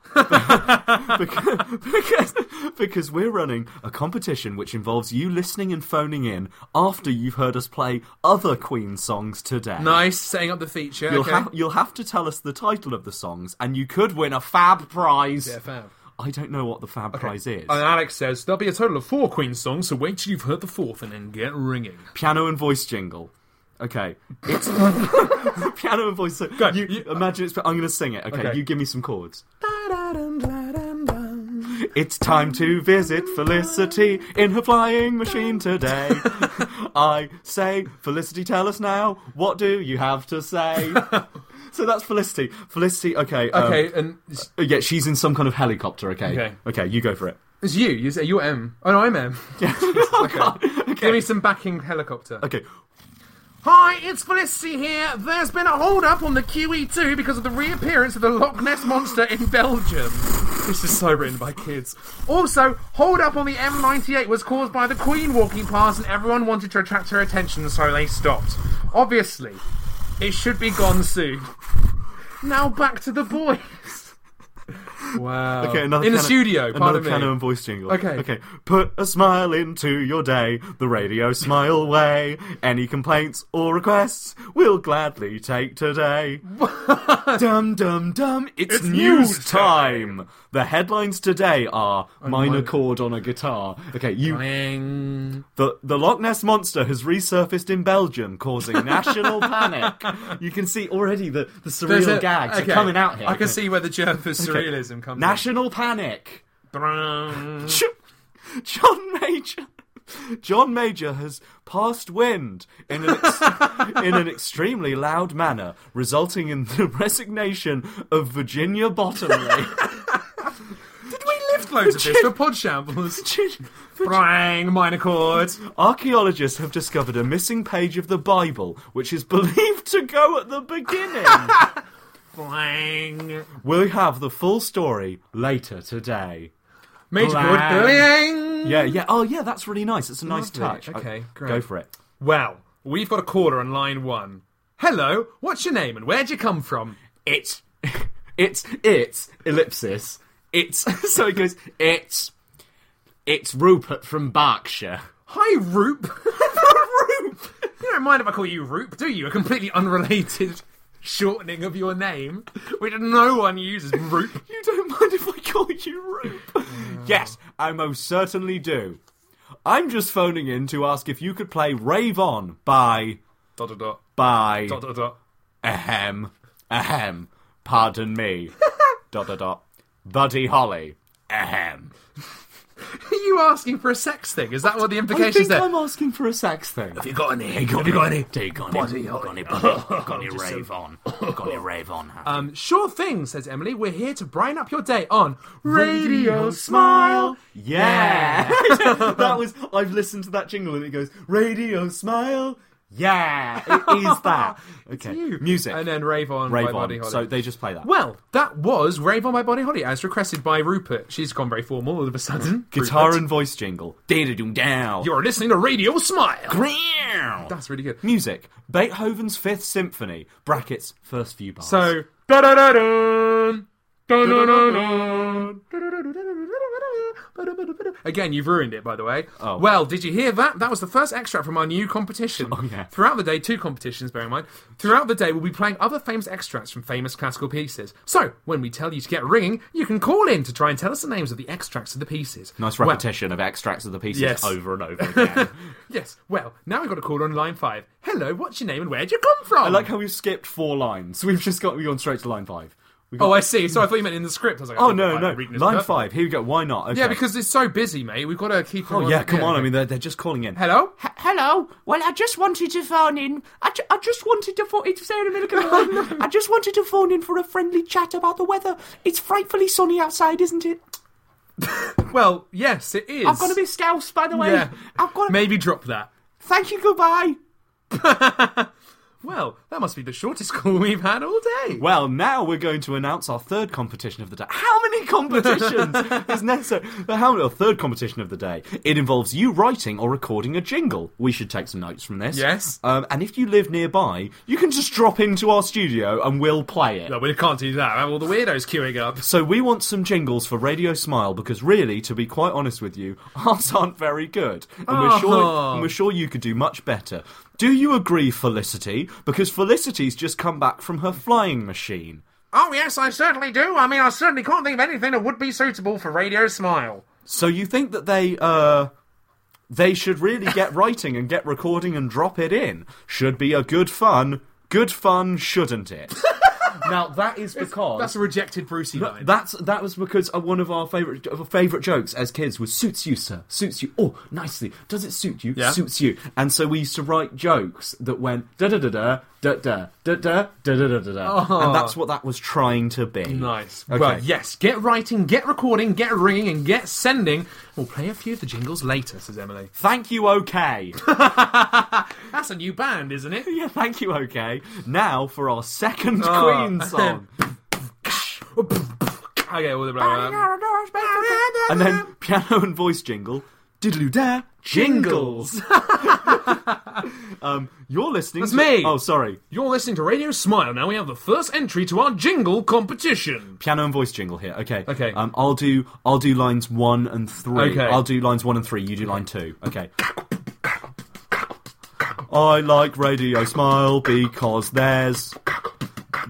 because, because, because we're running a competition which involves you listening and phoning in after you've heard us play other Queen songs today. Nice, setting up the feature. You'll, okay. ha- you'll have to tell us the title of the songs, and you could win a fab prize. Yeah, fab. I don't know what the fab prize is. And Alex says there'll be a total of four Queen songs, so wait till you've heard the fourth and then get ringing. Piano and voice jingle. Okay, it's piano and voice. So you, you imagine it's. I'm going to sing it. Okay, Okay. you give me some chords. It's time to visit Felicity in her flying machine today. I say, Felicity, tell us now. What do you have to say? so that's Felicity. Felicity. Okay. um, Okay, and it's, uh, yeah, she's in some kind of helicopter. Okay. Okay. you go for it. it's you. You say you're M. Oh no, I'm M. Oh, okay. Give me some backing helicopter. Okay. Hi, it's Felicity here. There's been a hold up on the QE2 because of the reappearance of the Loch Ness Monster in Belgium. This is so written by kids. Also, hold up on the M98 was caused by the Queen walking past and everyone wanted to attract her attention, so they stopped. Obviously, it should be gone soon. Now back to the boys. Wow. Okay, another Oh. in piano- the studio, another pardon me. piano and voice jingle. Okay. okay. Put a smile into your day, the radio smile way. Any complaints or requests, we'll gladly take today. dum dum dum, it's, It's news news time. The headlines today are minor minor- chord on a guitar. Okay, you. Boing. The the Loch Ness monster has resurfaced in Belgium, causing national panic. You can see already the the There's surreal a- gags okay, are coming out here. I can see where the germ for Okay. surrealism comes National panic. from. Jo- John Major. John Major has passed wind in an, ex- in an extremely loud manner, resulting in the resignation of Virginia Bottomley. We lived loads of this for pod shambles. Brang, minor chord. Archaeologists have discovered a missing page of the Bible, which is believed to go at the beginning. Brang. we'll have the full story later today. Major chord. Blang. Blang. Yeah, yeah. Oh, yeah, that's really nice. It's a nice Lovely. touch. Okay, Uh, great. Go for it. Well, we've got a caller on line one. Hello, what's your name and where'd you come from? it's it's it's ellipsis it's so it goes it's it's rupert from berkshire Hi, Roop. Roop. You don't mind if I call you Roop, do you? A completely unrelated shortening of your name, which no one uses. Roop. you don't mind if i call you Roop? yes i most certainly do i'm just phoning in to ask if you could play rave on by dot dot dot. by Dot dot dot. ahem ahem pardon me dot dot dot buddy holly ahem Are you asking for a sex thing? Is that what the I implication is think there? I'm asking for a sex thing. Have you got any? got Have you got any? oh, Take on Bloody it. hell. Got it, buddy. Got it, rave on. Got it, rave on. Um, sure thing, says Emily. We're here to brighten up your day on Radio Smile. Yeah. that was. I've listened to that jingle and it goes Radio Smile. Yeah, it is that. Okay, You. music. And then Rave On rave by Buddy on. Holly. So they just play that. well, that was Rave On by Buddy Holly, as requested by Rupert. She's gone very formal all of a sudden. Guitar Rupert. and voice jingle. Doom down. You're listening to Radio Smile. Growl. That's really good. Music. Beethoven's Fifth Symphony. Brackets. First few bars. So, da da da da. Again, you've ruined it, by the way. Well, did you hear that? That was the first extract from our new competition. Oh, yeah. Throughout the day, two competitions, bear in mind. Throughout the day, we'll be playing other famous extracts from famous classical pieces. So, when we tell you to get ringing, you can call in to try and tell us the names of the extracts of the pieces. Nice Well- repetition of extracts of the pieces Yes. over and over again. yes. Well, now we've got a call on line five. Hello, what's your name and where'd you come from? I like how we've skipped four lines. We've just got we've gone straight to line five. We got- Oh, I see. So I thought you meant in the script. I was like, I Oh think no, I'm no. reading this Line perfect. five. Here we go. Why not? Okay. Yeah, because it's so busy, mate. We've got to keep. oh everyone- yeah, come on. I okay. mean, they're, they're just calling in. Hello. Hello. Well, I just wanted to phone in. I, ju- I just wanted to phone. It's Sarah Milligan. I just wanted to phone in for a friendly chat about the weather. It's frightfully sunny outside, isn't it? Well, yes, it is. I've got to be scouse, by the way. Yeah. I've got. Maybe drop that. Thank you. Goodbye. Well, that must be the shortest call we've had all day. Well, now we're going to announce our third competition of the day. How many competitions is necessary? But how our third competition of the day? It involves you writing or recording a jingle. We should take some notes from this. Yes. Um, and if you live nearby, you can just drop into our studio and we'll play it. No, we can't do that. We have all the weirdos queuing up. So we want some jingles for Radio Smile because really, to be quite honest with you, ours aren't very good, and we're Oh. sure and we're sure you could do much better. Do you agree, Felicity? Because Felicity's just come back from her flying machine. Oh yes, I certainly do. I mean, I certainly can't think of anything that would be suitable for Radio Smile. So you think that they uh they should really get writing and get recording and drop it in? Should be a good fun. Good fun, shouldn't it? now that is because That's a rejected Brucey Th- line. That's that was because uh, one of our favorite favorite jokes as kids was suits you, sir, suits you. Oh, nicely, does it suit you? Yeah. Suits you. And so we used to write jokes that went da da da da da da da da da da da da da, Oh. and that's what that was trying to be. Nice. Okay. Well, yes, get writing, get recording, get ringing, and get sending. We'll play a few of the jingles later, says Emily. Thank you, OK. That's a new band, isn't it? yeah, thank you, OK. Now for our second Oh. Queen song, Okay, well, blah, blah, blah. and then piano and voice jingle. Diddly da jingles. um, you're listening. That's to- me. Oh, sorry. You're listening to Radio Smile. Now we have the first entry to our jingle competition. piano and voice jingle here. Okay. Okay. Um, I'll do I'll do lines one and three. Okay. I'll do lines one and three. You do line two. Okay. I like Radio Smile because there's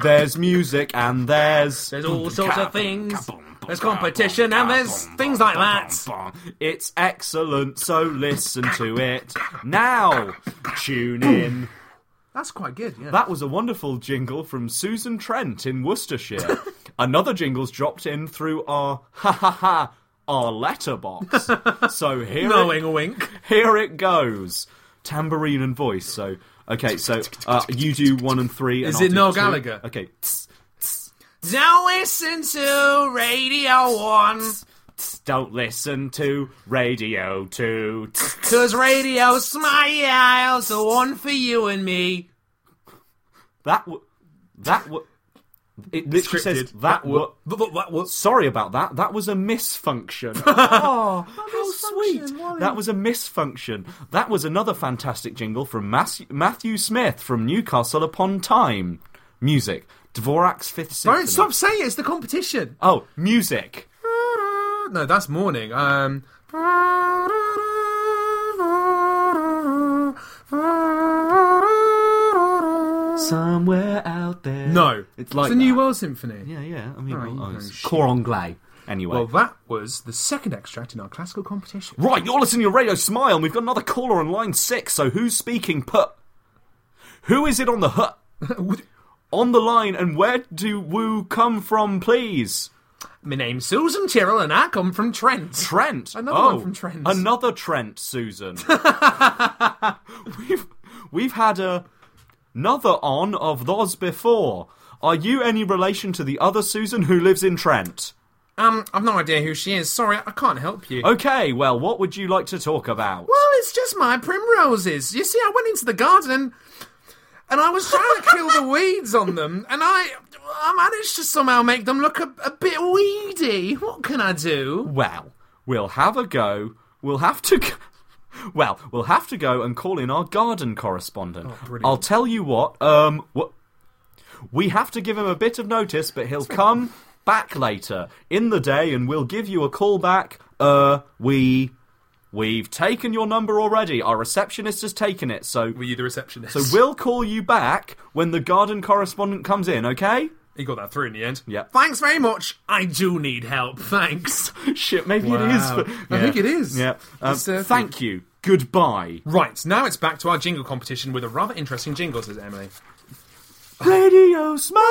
there's music and there's There's all sorts of things. There's competition and there's things like that. It's excellent, so listen to it now. Tune in. That's quite good, yeah. That was a wonderful jingle from Susan Trent in Worcestershire. Another jingle's dropped in through our ha ha ha our letterbox. so here Knowing it, a wink. Here it goes. Tambourine and voice. So okay, so uh, you do one and three. And Is I'll it do Noel two. Gallagher? Okay. Don't listen to Radio 1, Don't listen to Radio Two. because Radio Smile's the one for you and me. That w- that w- it literally says Scripted. that That wa- w- Sorry about that. That was a misfunction. oh, how sweet! That was a misfunction. That was another fantastic jingle from Mas- Matthew Smith from Newcastle upon Tyne. Music. Dvorak's Fifth Symphony. Don't stop saying it, it's the competition. Oh, music. No, that's morning. Um. Somewhere out there. No. it's like the New that. World Symphony. Yeah, yeah. I mean, Oh, you well, know it's shit. cor anglais. Anyway. Well, that was the second extract in our classical competition. Right, you're listening to Radio Smile, and we've got another caller on line six. So who's speaking? Put. Who is it on the hut? on the line, and where do woo come from, please? My name's Susan Tyrrell, and I come from Trent. Trent. Another oh, one from Trent. Another Trent, Susan. we've we've had a, another on of those before. Are you any relation to the other Susan who lives in Trent? Um, I've no idea who she is. Sorry, I can't help you. Okay, well, what would you like to talk about? Well, it's just my primroses. You see, I went into the garden and I was trying to kill the weeds on them, and I I managed to somehow make them look a, a bit weedy. What can I do? Well, we'll have a go. We'll have to. Go- well, we'll have to go and call in our garden correspondent. Oh, brilliant. I'll tell you what. Um, wh- we have to give him a bit of notice, but he'll come back later in the day and we'll give you a call back. Uh, we. We've taken your number already. Our receptionist has taken it, so. Were you the receptionist? So we'll call you back when the garden correspondent comes in, okay? He got that through in the end. Yep. Thanks very much. I do need help. Thanks. Shit, maybe it is. Wow. I think it is. Yeah. Um, It's, uh, thank you. Goodbye. Right, now it's back to our jingle competition with a rather interesting jingle, says Emily. Radio Smile!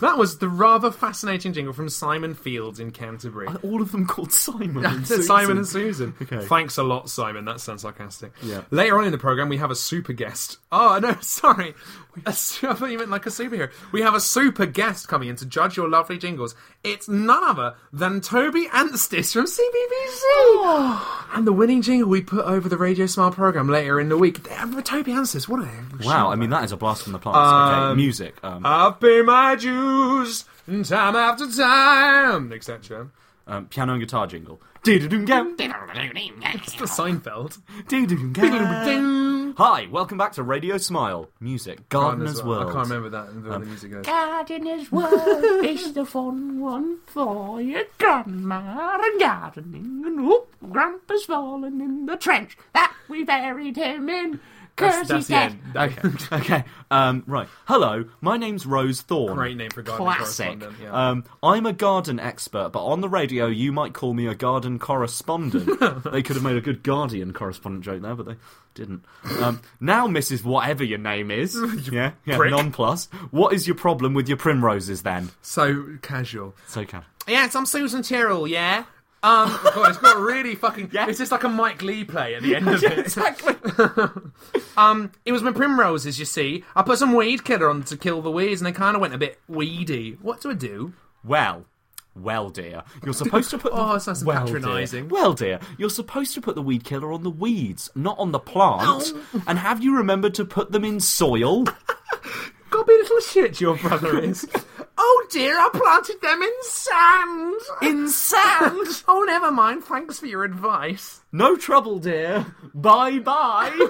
That was the rather fascinating jingle from Simon Fields in Canterbury. All of them called Simon. That's and it, Simon and Susan. Susan. Okay. Thanks a lot, Simon. That sounds sarcastic. Yeah. Later on in the program, we have a super guest. Oh no, sorry. A su- I thought you meant like a superhero. We have a super guest coming in to judge your lovely jingles. It's none other than Toby Anstis from CBBC. Oh. And the winning jingle we put over the Radio Smile program later in the week. Damn, Toby Anstis, what a Wow, I mean, that is a blast from the past. Um, okay, music. Um, I'll pay my dues time after time, etc. um, piano and guitar jingle. It's the Seinfeld. Hi, welcome back to Radio Smile. Music, Gardener's World. I can't remember that until the music goes. Gardener's world is the fun one for your grandma and gardening. And whoop, grandpa's fallen in the trench that we buried him in. Cause he's dead. Okay. okay. Um, right. Hello, my name's Rose Thorne. Great name for a garden Classic. correspondent, yeah. Um, I'm a garden expert, but on the radio, you might call me a garden correspondent. they could have made a good guardian correspondent joke there, but they didn't. Um, now, Mrs. Whatever your name is, yeah, yeah, prick. nonplus. What is your problem with your primroses then? So casual. So casual. Yes, I'm Susan Tyrrell, yeah? Um, God, it's got really fucking. It's just like a Mike Lee play at the end of Yeah, it. Exactly. um, it was my primroses, you see. I put some weed killer on to kill the weeds, and they kind of went a bit weedy. What do I do? Well, well, dear, you're supposed to put. Oh, that sounds well, patronising. Dear, well, dear, you're supposed to put the weed killer on the weeds, not on the plant. No. And have you remembered to put them in soil? Gobby little shit, your brother is. Oh dear, I planted them in sand. In sand? oh, never mind. Thanks for your advice. No trouble, dear. Bye bye.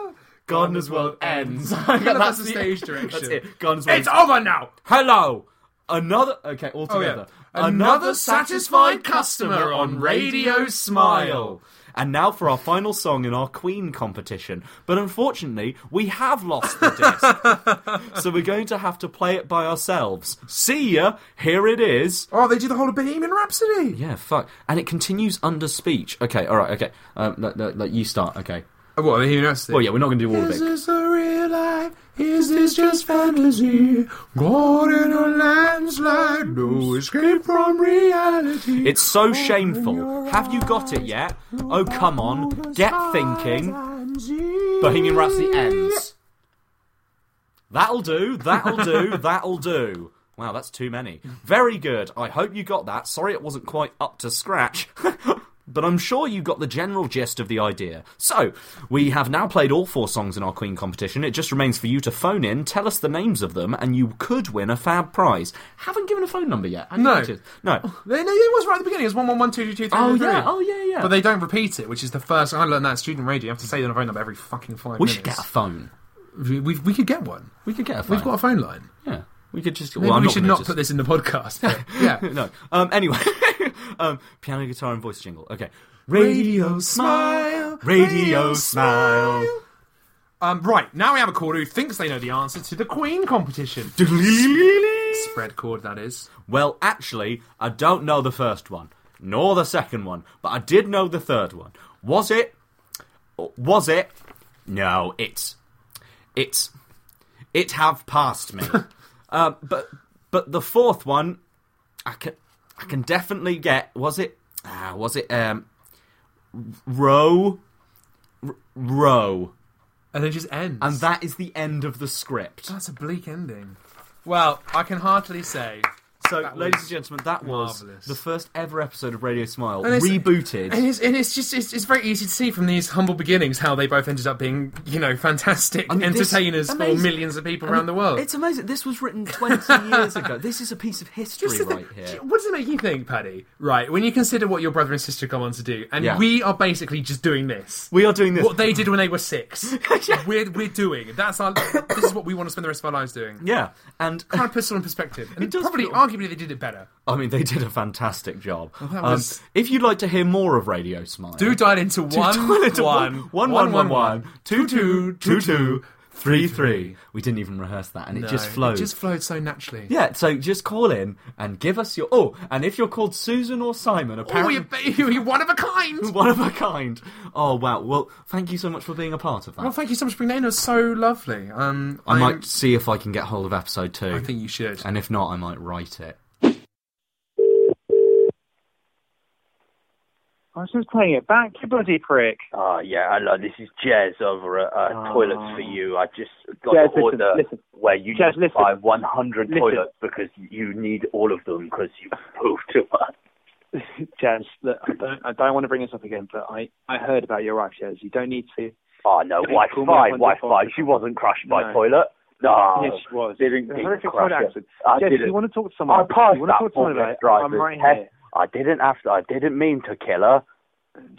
Gardener's World ends. that's the stage direction. That's it. Gardener's World. It's over now. Hello. Another. Okay, all Oh, yeah. together. Another satisfied customer on Radio Smile. And now for our final song in our Queen competition. But unfortunately, we have lost the disc. so we're going to have to play it by ourselves. See ya. Here it is. Oh, they do the whole of Bohemian Rhapsody. Yeah, fuck. And it continues under speech. Okay, all right, okay. Um, let, let- let you start, okay. What, Bohemian Rhapsody? Well, yeah, we're not going to do all of Is it. this a real life? Is this just fantasy? Caught in a landslide, no escape from reality. It's so shameful. Have you got it yet? Oh, come on. Get thinking. Bohemian Rhapsody ends. That'll do, that'll do, that'll do. Wow, that's too many. Very good. I hope you got that. Sorry it wasn't quite up to scratch. But I'm sure you got the general gist of the idea. So, we have now played all four songs in our Queen competition. It just remains for you to phone in, tell us the names of them, and you could win a fab prize. Haven't given a phone number yet. have you No. noticed? No. They, no, it was right at the beginning. It was one one one two two two three. Oh, two, three. yeah. Oh, yeah, yeah. But they don't repeat it, which is the first. I learned that at student radio. You have to say the phone number every fucking five We minutes. should get a phone. We, we, we could get one. We could get a We've got a phone line. Yeah. We could just. Maybe well, I'm we not should gonna not just- put this in the podcast. but- yeah. no. Um, anyway, um, piano, guitar, and voice jingle. Okay. Radio smile, Radio smile. Um, right now we have a caller who thinks they know the answer to the Queen competition. Spread chord, that is. Well, actually, I don't know the first one, nor the second one, but I did know the third one. Was it? Was it? No, it's. It's. It have passed me. uh, but but the fourth one, I can I can definitely get. Was it? Ah, was it? Um, row, r- row, and it just ends. And that is the end of the script. That's a bleak ending. Well, I can heartily say So, ladies and gentlemen, that was the first ever episode of Radio Smile, And it's- rebooted. And it's, and it's just it's, it's very easy to see from these humble beginnings how they both ended up being you know fantastic I mean, this- entertainers for amazing. millions of people I mean, around the world. It's amazing. This was written 20 years ago. This is a piece of history This is the- right here. What does it make you think, Paddy? Right, when you consider what your brother and sister come on to do, and Yeah. we are basically just doing this. We are doing this. What they did when they were six. we're, we're doing. That's our, this is what we want to spend the rest of our lives doing. Yeah, and kind of puts it in perspective. And probably, arguably, they did it better. I mean, they did a fantastic job. Well, that Um, was- if you'd like to hear more of Radio Smile, Do dial into do one, dial into one, one, one, one, one, two, two, two, two, three, three. We didn't even rehearse that, and it No, just flowed. It just flowed so naturally. Yeah, so just call in and give us your. Oh, and if you're called Susan or Simon, Oh, apparently you're, you're one of a kind. one of a kind. Oh wow! Well, thank you so much for being a part of that. Well, thank you so much for being there. It was so lovely. Um, I I'm- might see if I can get hold of episode two. I think you should. And if not, I might write it. I was just playing it back, you bloody prick. Ah, yeah, hello, this is Jez over at uh, Ah. Toilets for You. I just got Jez, an listen, order listen. where you Jez, need to listen. buy 100 Listen. toilets because you need all of them because you poo too much. Jez, look, I don't, I don't want to bring this up again, but I, I heard about your wife, Jez. You don't need to. Oh, no, Don't wife call me five, up on wife the five. She wasn't crushed by No. toilet. No. Yes, she was. Didn't, A didn't horrific crush road it. accident. I Jez, if didn't. you want to talk to someone- I passed you want to that talk to someone forklift about it, I'm driver's right test. here. I didn't have to. I didn't mean to kill her.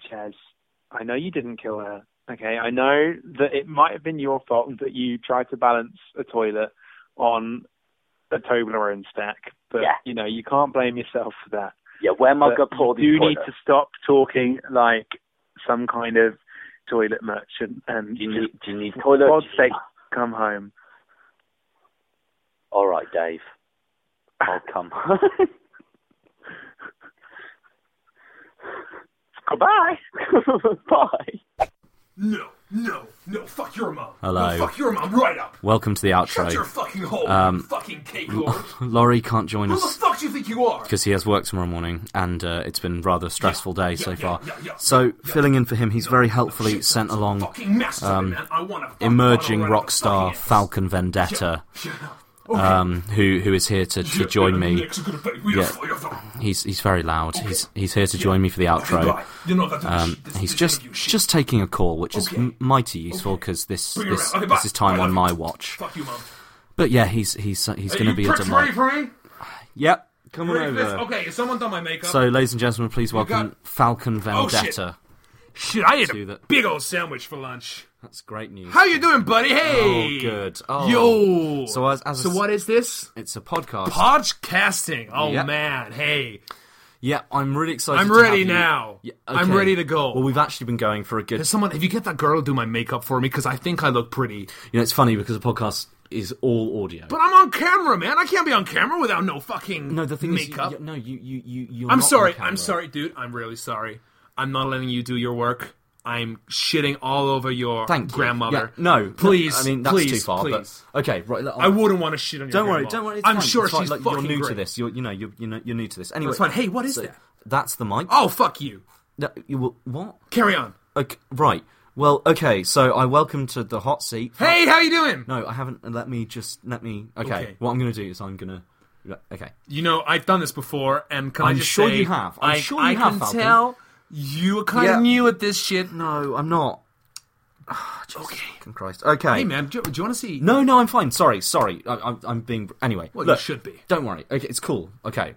Jez, I know you didn't kill her. Okay, I know that it might have been your fault that you tried to balance a toilet on a Toblerone stack, but Yeah. you know you can't blame yourself for that. Yeah, where mug But got pulled You in do need toilet. to stop talking like some kind of toilet merchant, and You need, you need for toilet. God's sake, come home. All right, Dave. I'll come. Goodbye. Bye. No, no, no. Fuck your mum. Hello. No, fuck your mum right up. Welcome to the outro. Shut your fucking hole, um, you fucking cake lord. Laurie can't join Who the us fuck do you think you are? because he has work tomorrow morning, and uh, it's been rather stressful day so yeah, far. yeah, yeah, so filling in for him, he's very helpfully sent along fucking massive, Um, man. I wanna fuck emerging Colorado rock star Falcon Vendetta, Shut- shut up. um, who who is here to, to Yeah, join yeah, me. Nick's a good baby. We are for your father. he's he's very loud. He's he's here to join me for the outro. bye. You know that Um, he's just just taking a call, which is m- mighty useful because this Bring it this around. Okay, this bye. is time Bye, on love my you. watch. Fuck you, mum. But yeah, he's he's uh, he's Are going to you be a pricks ready delight. for me? Yep, come on Ready for over. this? Okay, has someone done my makeup? So, ladies and gentlemen, please You welcome Falcon Oh, shit. Vendetta. Shit, I ate to a the- big old sandwich for lunch. That's great news. How you doing, buddy? Hey! Oh, good. Oh. Yo! So, as, as So what is this? It's a podcast. Podcasting. Oh, Yep. man. Hey. yeah, I'm really excited. I'm to ready have you. now. Yeah, I'm okay. ready to go. Well, we've actually been going for a good. Has someone, have you get that girl to do my makeup for me? Because I think I look pretty. You know, it's funny because the podcast is all audio. But I'm on camera, man. I can't be on camera without no fucking No, the thing is, you- makeup. you- no, you, you, you, you're I'm not on sorry. camera. I'm sorry, dude. I'm really sorry. I'm not letting you do your work. I'm shitting all over your Thank you. grandmother. Yeah, no, please. I mean, that's please, too far, Please. but- okay, right, look, I wouldn't want to shit on your. Don't worry, grandma. don't worry. It's I'm fine. sure it's she's fine. like, fucking You're new great. to this. You're, you know, you're, you know, you're new to this. Anyway, That's fine. Hey, what is so that? That's the mic. Oh, fuck you. No, you will, what? Carry on. Okay, right. Well, okay. So I welcome to the hot seat. Hey, how you doing? No, I haven't. Let me just let me. Okay. Okay. What I'm going to do is I'm going to. Okay. You know, I've done this before, and can I I'm just sure say, you have. I'm I- sure I you have, can Falcon. tell you were kind Yeah. of new at this shit. No, I'm not. okay. Fucking Christ. Okay. Hey, man, do, do you want to see? No, no, I'm fine. Sorry, sorry. I, I'm, I'm being. Anyway. Well, you look, should be. Don't worry. Okay, it's cool. Okay.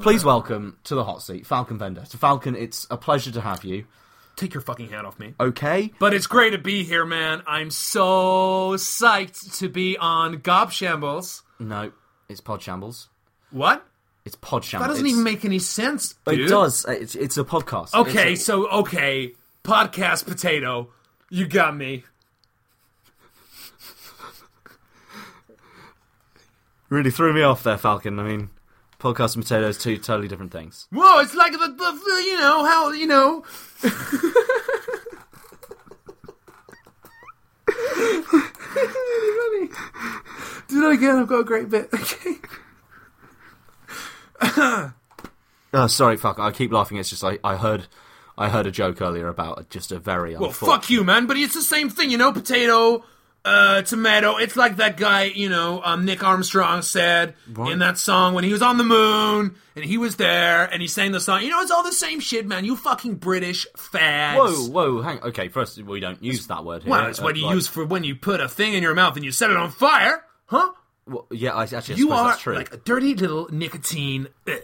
Please welcome to the hot seat, Falcon Vendetta. Falcon, it's a pleasure to have you. Take your fucking hat off me. Okay. But it's great to be here, man. I'm so psyched to be on Gob Shambles. No, it's Pod Shambles. What? It's Pod Shambles. That doesn't It's- even make Oh. any sense. Dude. It does. Uh, It's, it's a podcast. Okay, It's a- so okay, podcast potato, you got me. really threw me off there, Falcon. I mean, podcast and potatoes, two totally different things. Whoa, it's like the, the the- you know how you know. Do it again. I've got a great bit. Okay. Oh, sorry, Falcon. I keep laughing. It's just I, I heard, I heard a joke earlier about just a very Well, unfor- fuck you, man. But it's the same thing, you know. Potato, uh, tomato. It's like that guy, you know, um, Nick Armstrong said Right. in that song when he was on the moon and he was there and he sang the song. You know, it's all the same shit, man. You fucking British fags. Whoa, whoa, hang. Okay, first we don't use that word here. Well, it's what Uh, you like- use for when you put a thing in your mouth and you set it on fire, huh? Well, yeah, I actually I you suppose are that's true. like a dirty little nicotine. ugh,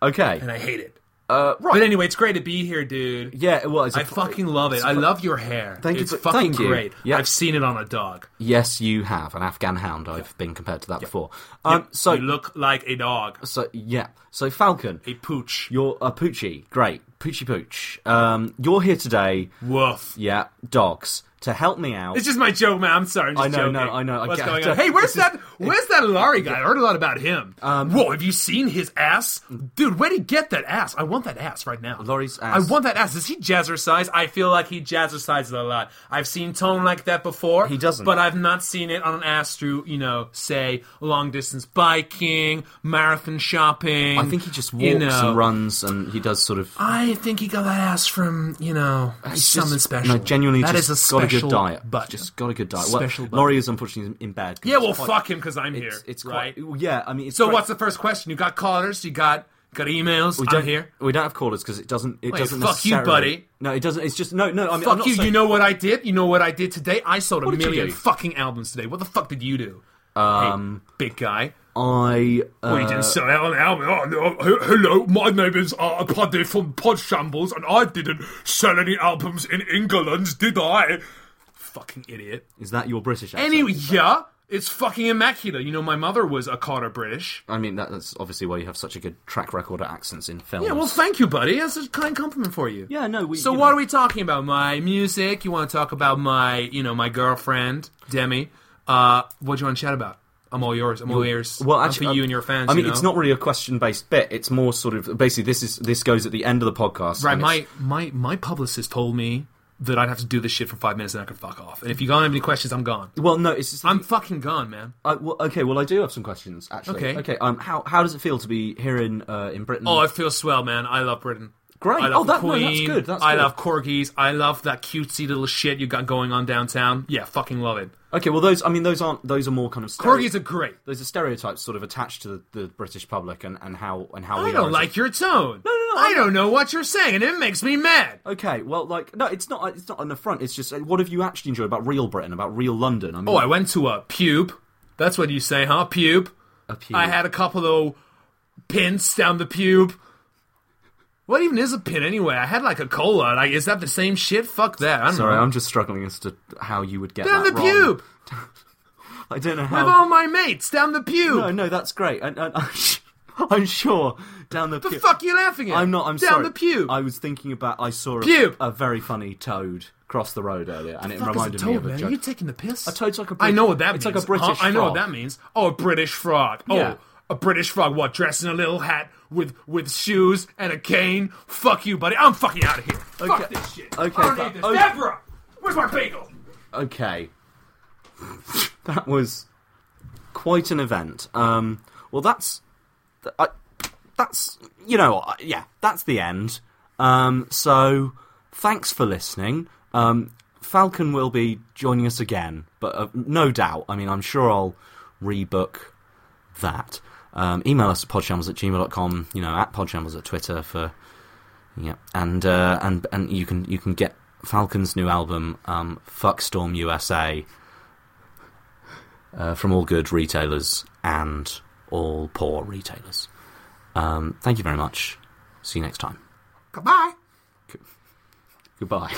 okay, and I hate it. Uh, right. But anyway, it's great to be here, dude. Yeah, it was. I fucking love it. it's I fu- love your hair. Thank you it's for- fucking thank you. great. Yeah, I've seen it on a dog. Yes, you have an Afghan hound. I've been compared to that before. Um, So you look like a dog. So yeah. So Falcon, a pooch. You're a poochie. Great, poochie pooch. Um, you're here today. Woof. Yeah, dogs to help me out. It's just my joke, man. I'm sorry. I'm just I know, joking. no, I know, I What's get- going on? Hey, where's This is- Um, that? Where's that Larry guy? I heard a lot about him. Whoa, have you seen his ass, dude? Where'd he get that ass? I want that ass right now. Laurie's ass. I want that ass. Is he jazzercise? I feel like he jazzercises a lot. I've seen tone like that before. He doesn't, but I've not seen it on an ass through, you know, say long distance biking, marathon shopping. I think he just walks you know. and runs, and he does sort of. I think he got that ass from you know He's something just- special. No, genuinely, That just is a got a special good diet. button. Just got a good diet. Well, Special button. Laurie is unfortunately in bed. 'cause Yeah, it's well, quite- fuck him because I'm it's- here. It's right. quite. Yeah, I mean, it's so quite- what's the first question? You got callers? You got got emails? We I'm don't here. We don't have callers because it doesn't. It Wait, doesn't. fuck you, necessarily- buddy. No, it doesn't. It's just no, no. I mean, fuck I'm not you. saying- You know what I did? You know what I did today? I sold a What did you million do? fucking albums today. What the fuck did you do? Um, big guy. I. Uh, well, you didn't sell out an album. Oh, no. H- Hello, my name is uh, Paddy from Pod Shambles, and I didn't sell any albums in England, did I? Fucking idiot. Is that your British accent? Anyway, yeah, it's fucking immaculate. You know, my mother was a Carter British. I mean, that, that's obviously why you have such a good track record at accents in films. Yeah, well, thank you, buddy. That's a kind compliment for you. Yeah, no. We, so you what know. are we talking about? My music? You want to talk about my, you know, my girlfriend Demi? Uh, what do you want to chat about? I'm all yours. I'm all You- ears. Well, I'm actually, for you um, and your fans. I mean, you know? it's not really a question-based bit. It's more sort of basically this is this goes at the end of the podcast. right. and My it's- my my publicist told me that I'd have to do this shit for five minutes and I could fuck off. And if you don't have any questions, I'm gone. well, no, it's just I'm fucking gone, man. I, well, okay. Well, I do have some questions actually. Okay. Okay. Um, how how does it feel to be here in uh, in Britain? Oh, I feel swell, man. I love Britain. Great. I love Oh, the that- no, that's Queen. good, that's I good. love corgis. I love that cutesy little shit you got going on downtown. Yeah, fucking love it. okay. Well, those I mean, those aren't those are more kind of stere- Corgis are great. Those are stereotypes sort of attached to the, the British public and, and how and how I we are don't as a- like your tone. No, no, no. I don't know what you're saying, and it makes me mad. Okay, well, like, no, it's not. It's not an affront. It's just, uh, what have you actually enjoyed about real Britain, about real London? I mean, Oh, I went to a pube. That's what you say, huh? Pube. A pube. I had a couple of pins down the pube. What even is a pin anyway? I had like a cola. Like, is that the same shit? Fuck that. I don't Sorry, know. I'm just struggling as to how you would get down the that wrong. pube I don't know with how. all my mates down the pube. No, no, that's great. And, and, I'm sure down the. The pube- fuck you laughing at? I'm not. I'm down sorry. the pube. I was thinking about. I saw a, Pube. a very funny toad cross the road earlier, and it Fuck is reminded a me toad, of a man? joke. Are you taking the piss? A toad's like a I Brit- know what that it's means. like a British Huh? I know what frog. that means. Oh, a British frog. Oh, Yeah. a British frog. What? Dressed in a little hat with with shoes and a cane. Fuck you, buddy. I'm fucking out of here. Fuck Okay. this shit. Okay, I don't but- need this. okay. Deborah, where's my bagel? Okay. that was quite an event. Um, well, that's. th- I, that's. You know, I- yeah, that's the end. Um, so, thanks for listening. Um, Falcon will be joining us again, but uh, no doubt. I mean, I'm sure I'll rebook that. Um, email us at podshambles at gmail.com, you know, at podshambles at Twitter for. Yeah, and uh, and and you can you can get Falcon's new album, um, Fuck Storm USA, uh, from all good retailers and all poor retailers. Um, thank you very much. See you next time. Goodbye. Goodbye.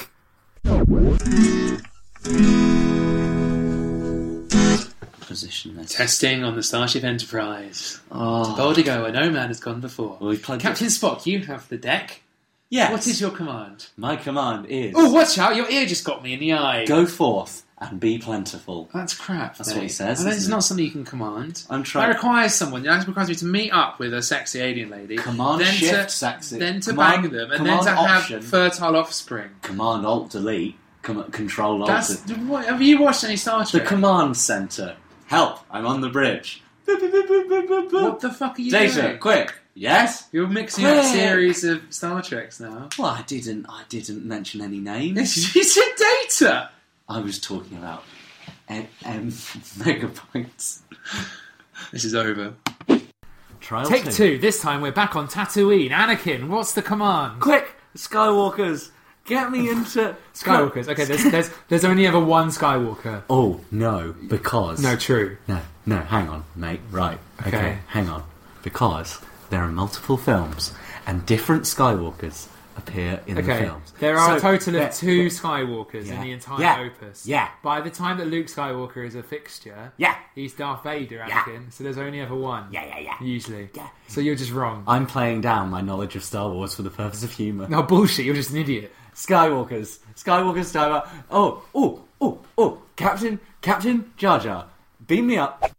Position this. Testing on the Starship Enterprise. Ah. To boldly go where no man has gone before. plugged Captain Spock, you have the deck. Yes. What is your command? My command is Oh, watch out! Your ear just got me in the eye. go forth and be plentiful. That's crap. That's mate. what he says, And That isn't is it? not something you can command. I'm trying- That requires someone. That requires me to meet up with a sexy alien lady. Command then to, shift sexy. Then to Command- bang them, and then command to option. have fertile offspring. Command Alt Delete. Com- control Alt. That's what, have you watched any Star the Trek? command center. Help! I'm on the bridge. what the fuck are you Data, doing? quick. Yes. You're mixing quick. up series of Star Treks now. Well, I didn't. I didn't mention any names. you said data. I was talking about em, em, megabytes. This is over. Trial Take two. This time we're back on Tatooine. Anakin, what's the command? Quick, Skywalkers, get me into Skywalkers. Okay, there's there's there's only ever one Skywalker. Oh no, because No, true. No, no, hang on, mate. Right, okay, Okay. hang on, because there are multiple films and different Skywalkers appear in the Okay, films. there are So a total of there- two Skywalkers in Yeah. the entire Yeah. opus. Yeah. By the time that Luke Skywalker is a fixture, yeah, he's Darth Vader, Yeah. Anakin. So there's only ever one. Yeah, yeah, yeah. Usually. Yeah. So you're just wrong. I'm playing down my knowledge of Star Wars for the purpose of humour. No bullshit. You're just an idiot. Skywalkers, Skywalkers, time out. Oh, oh, oh, oh, Captain, Captain Jar Jar, beam me up.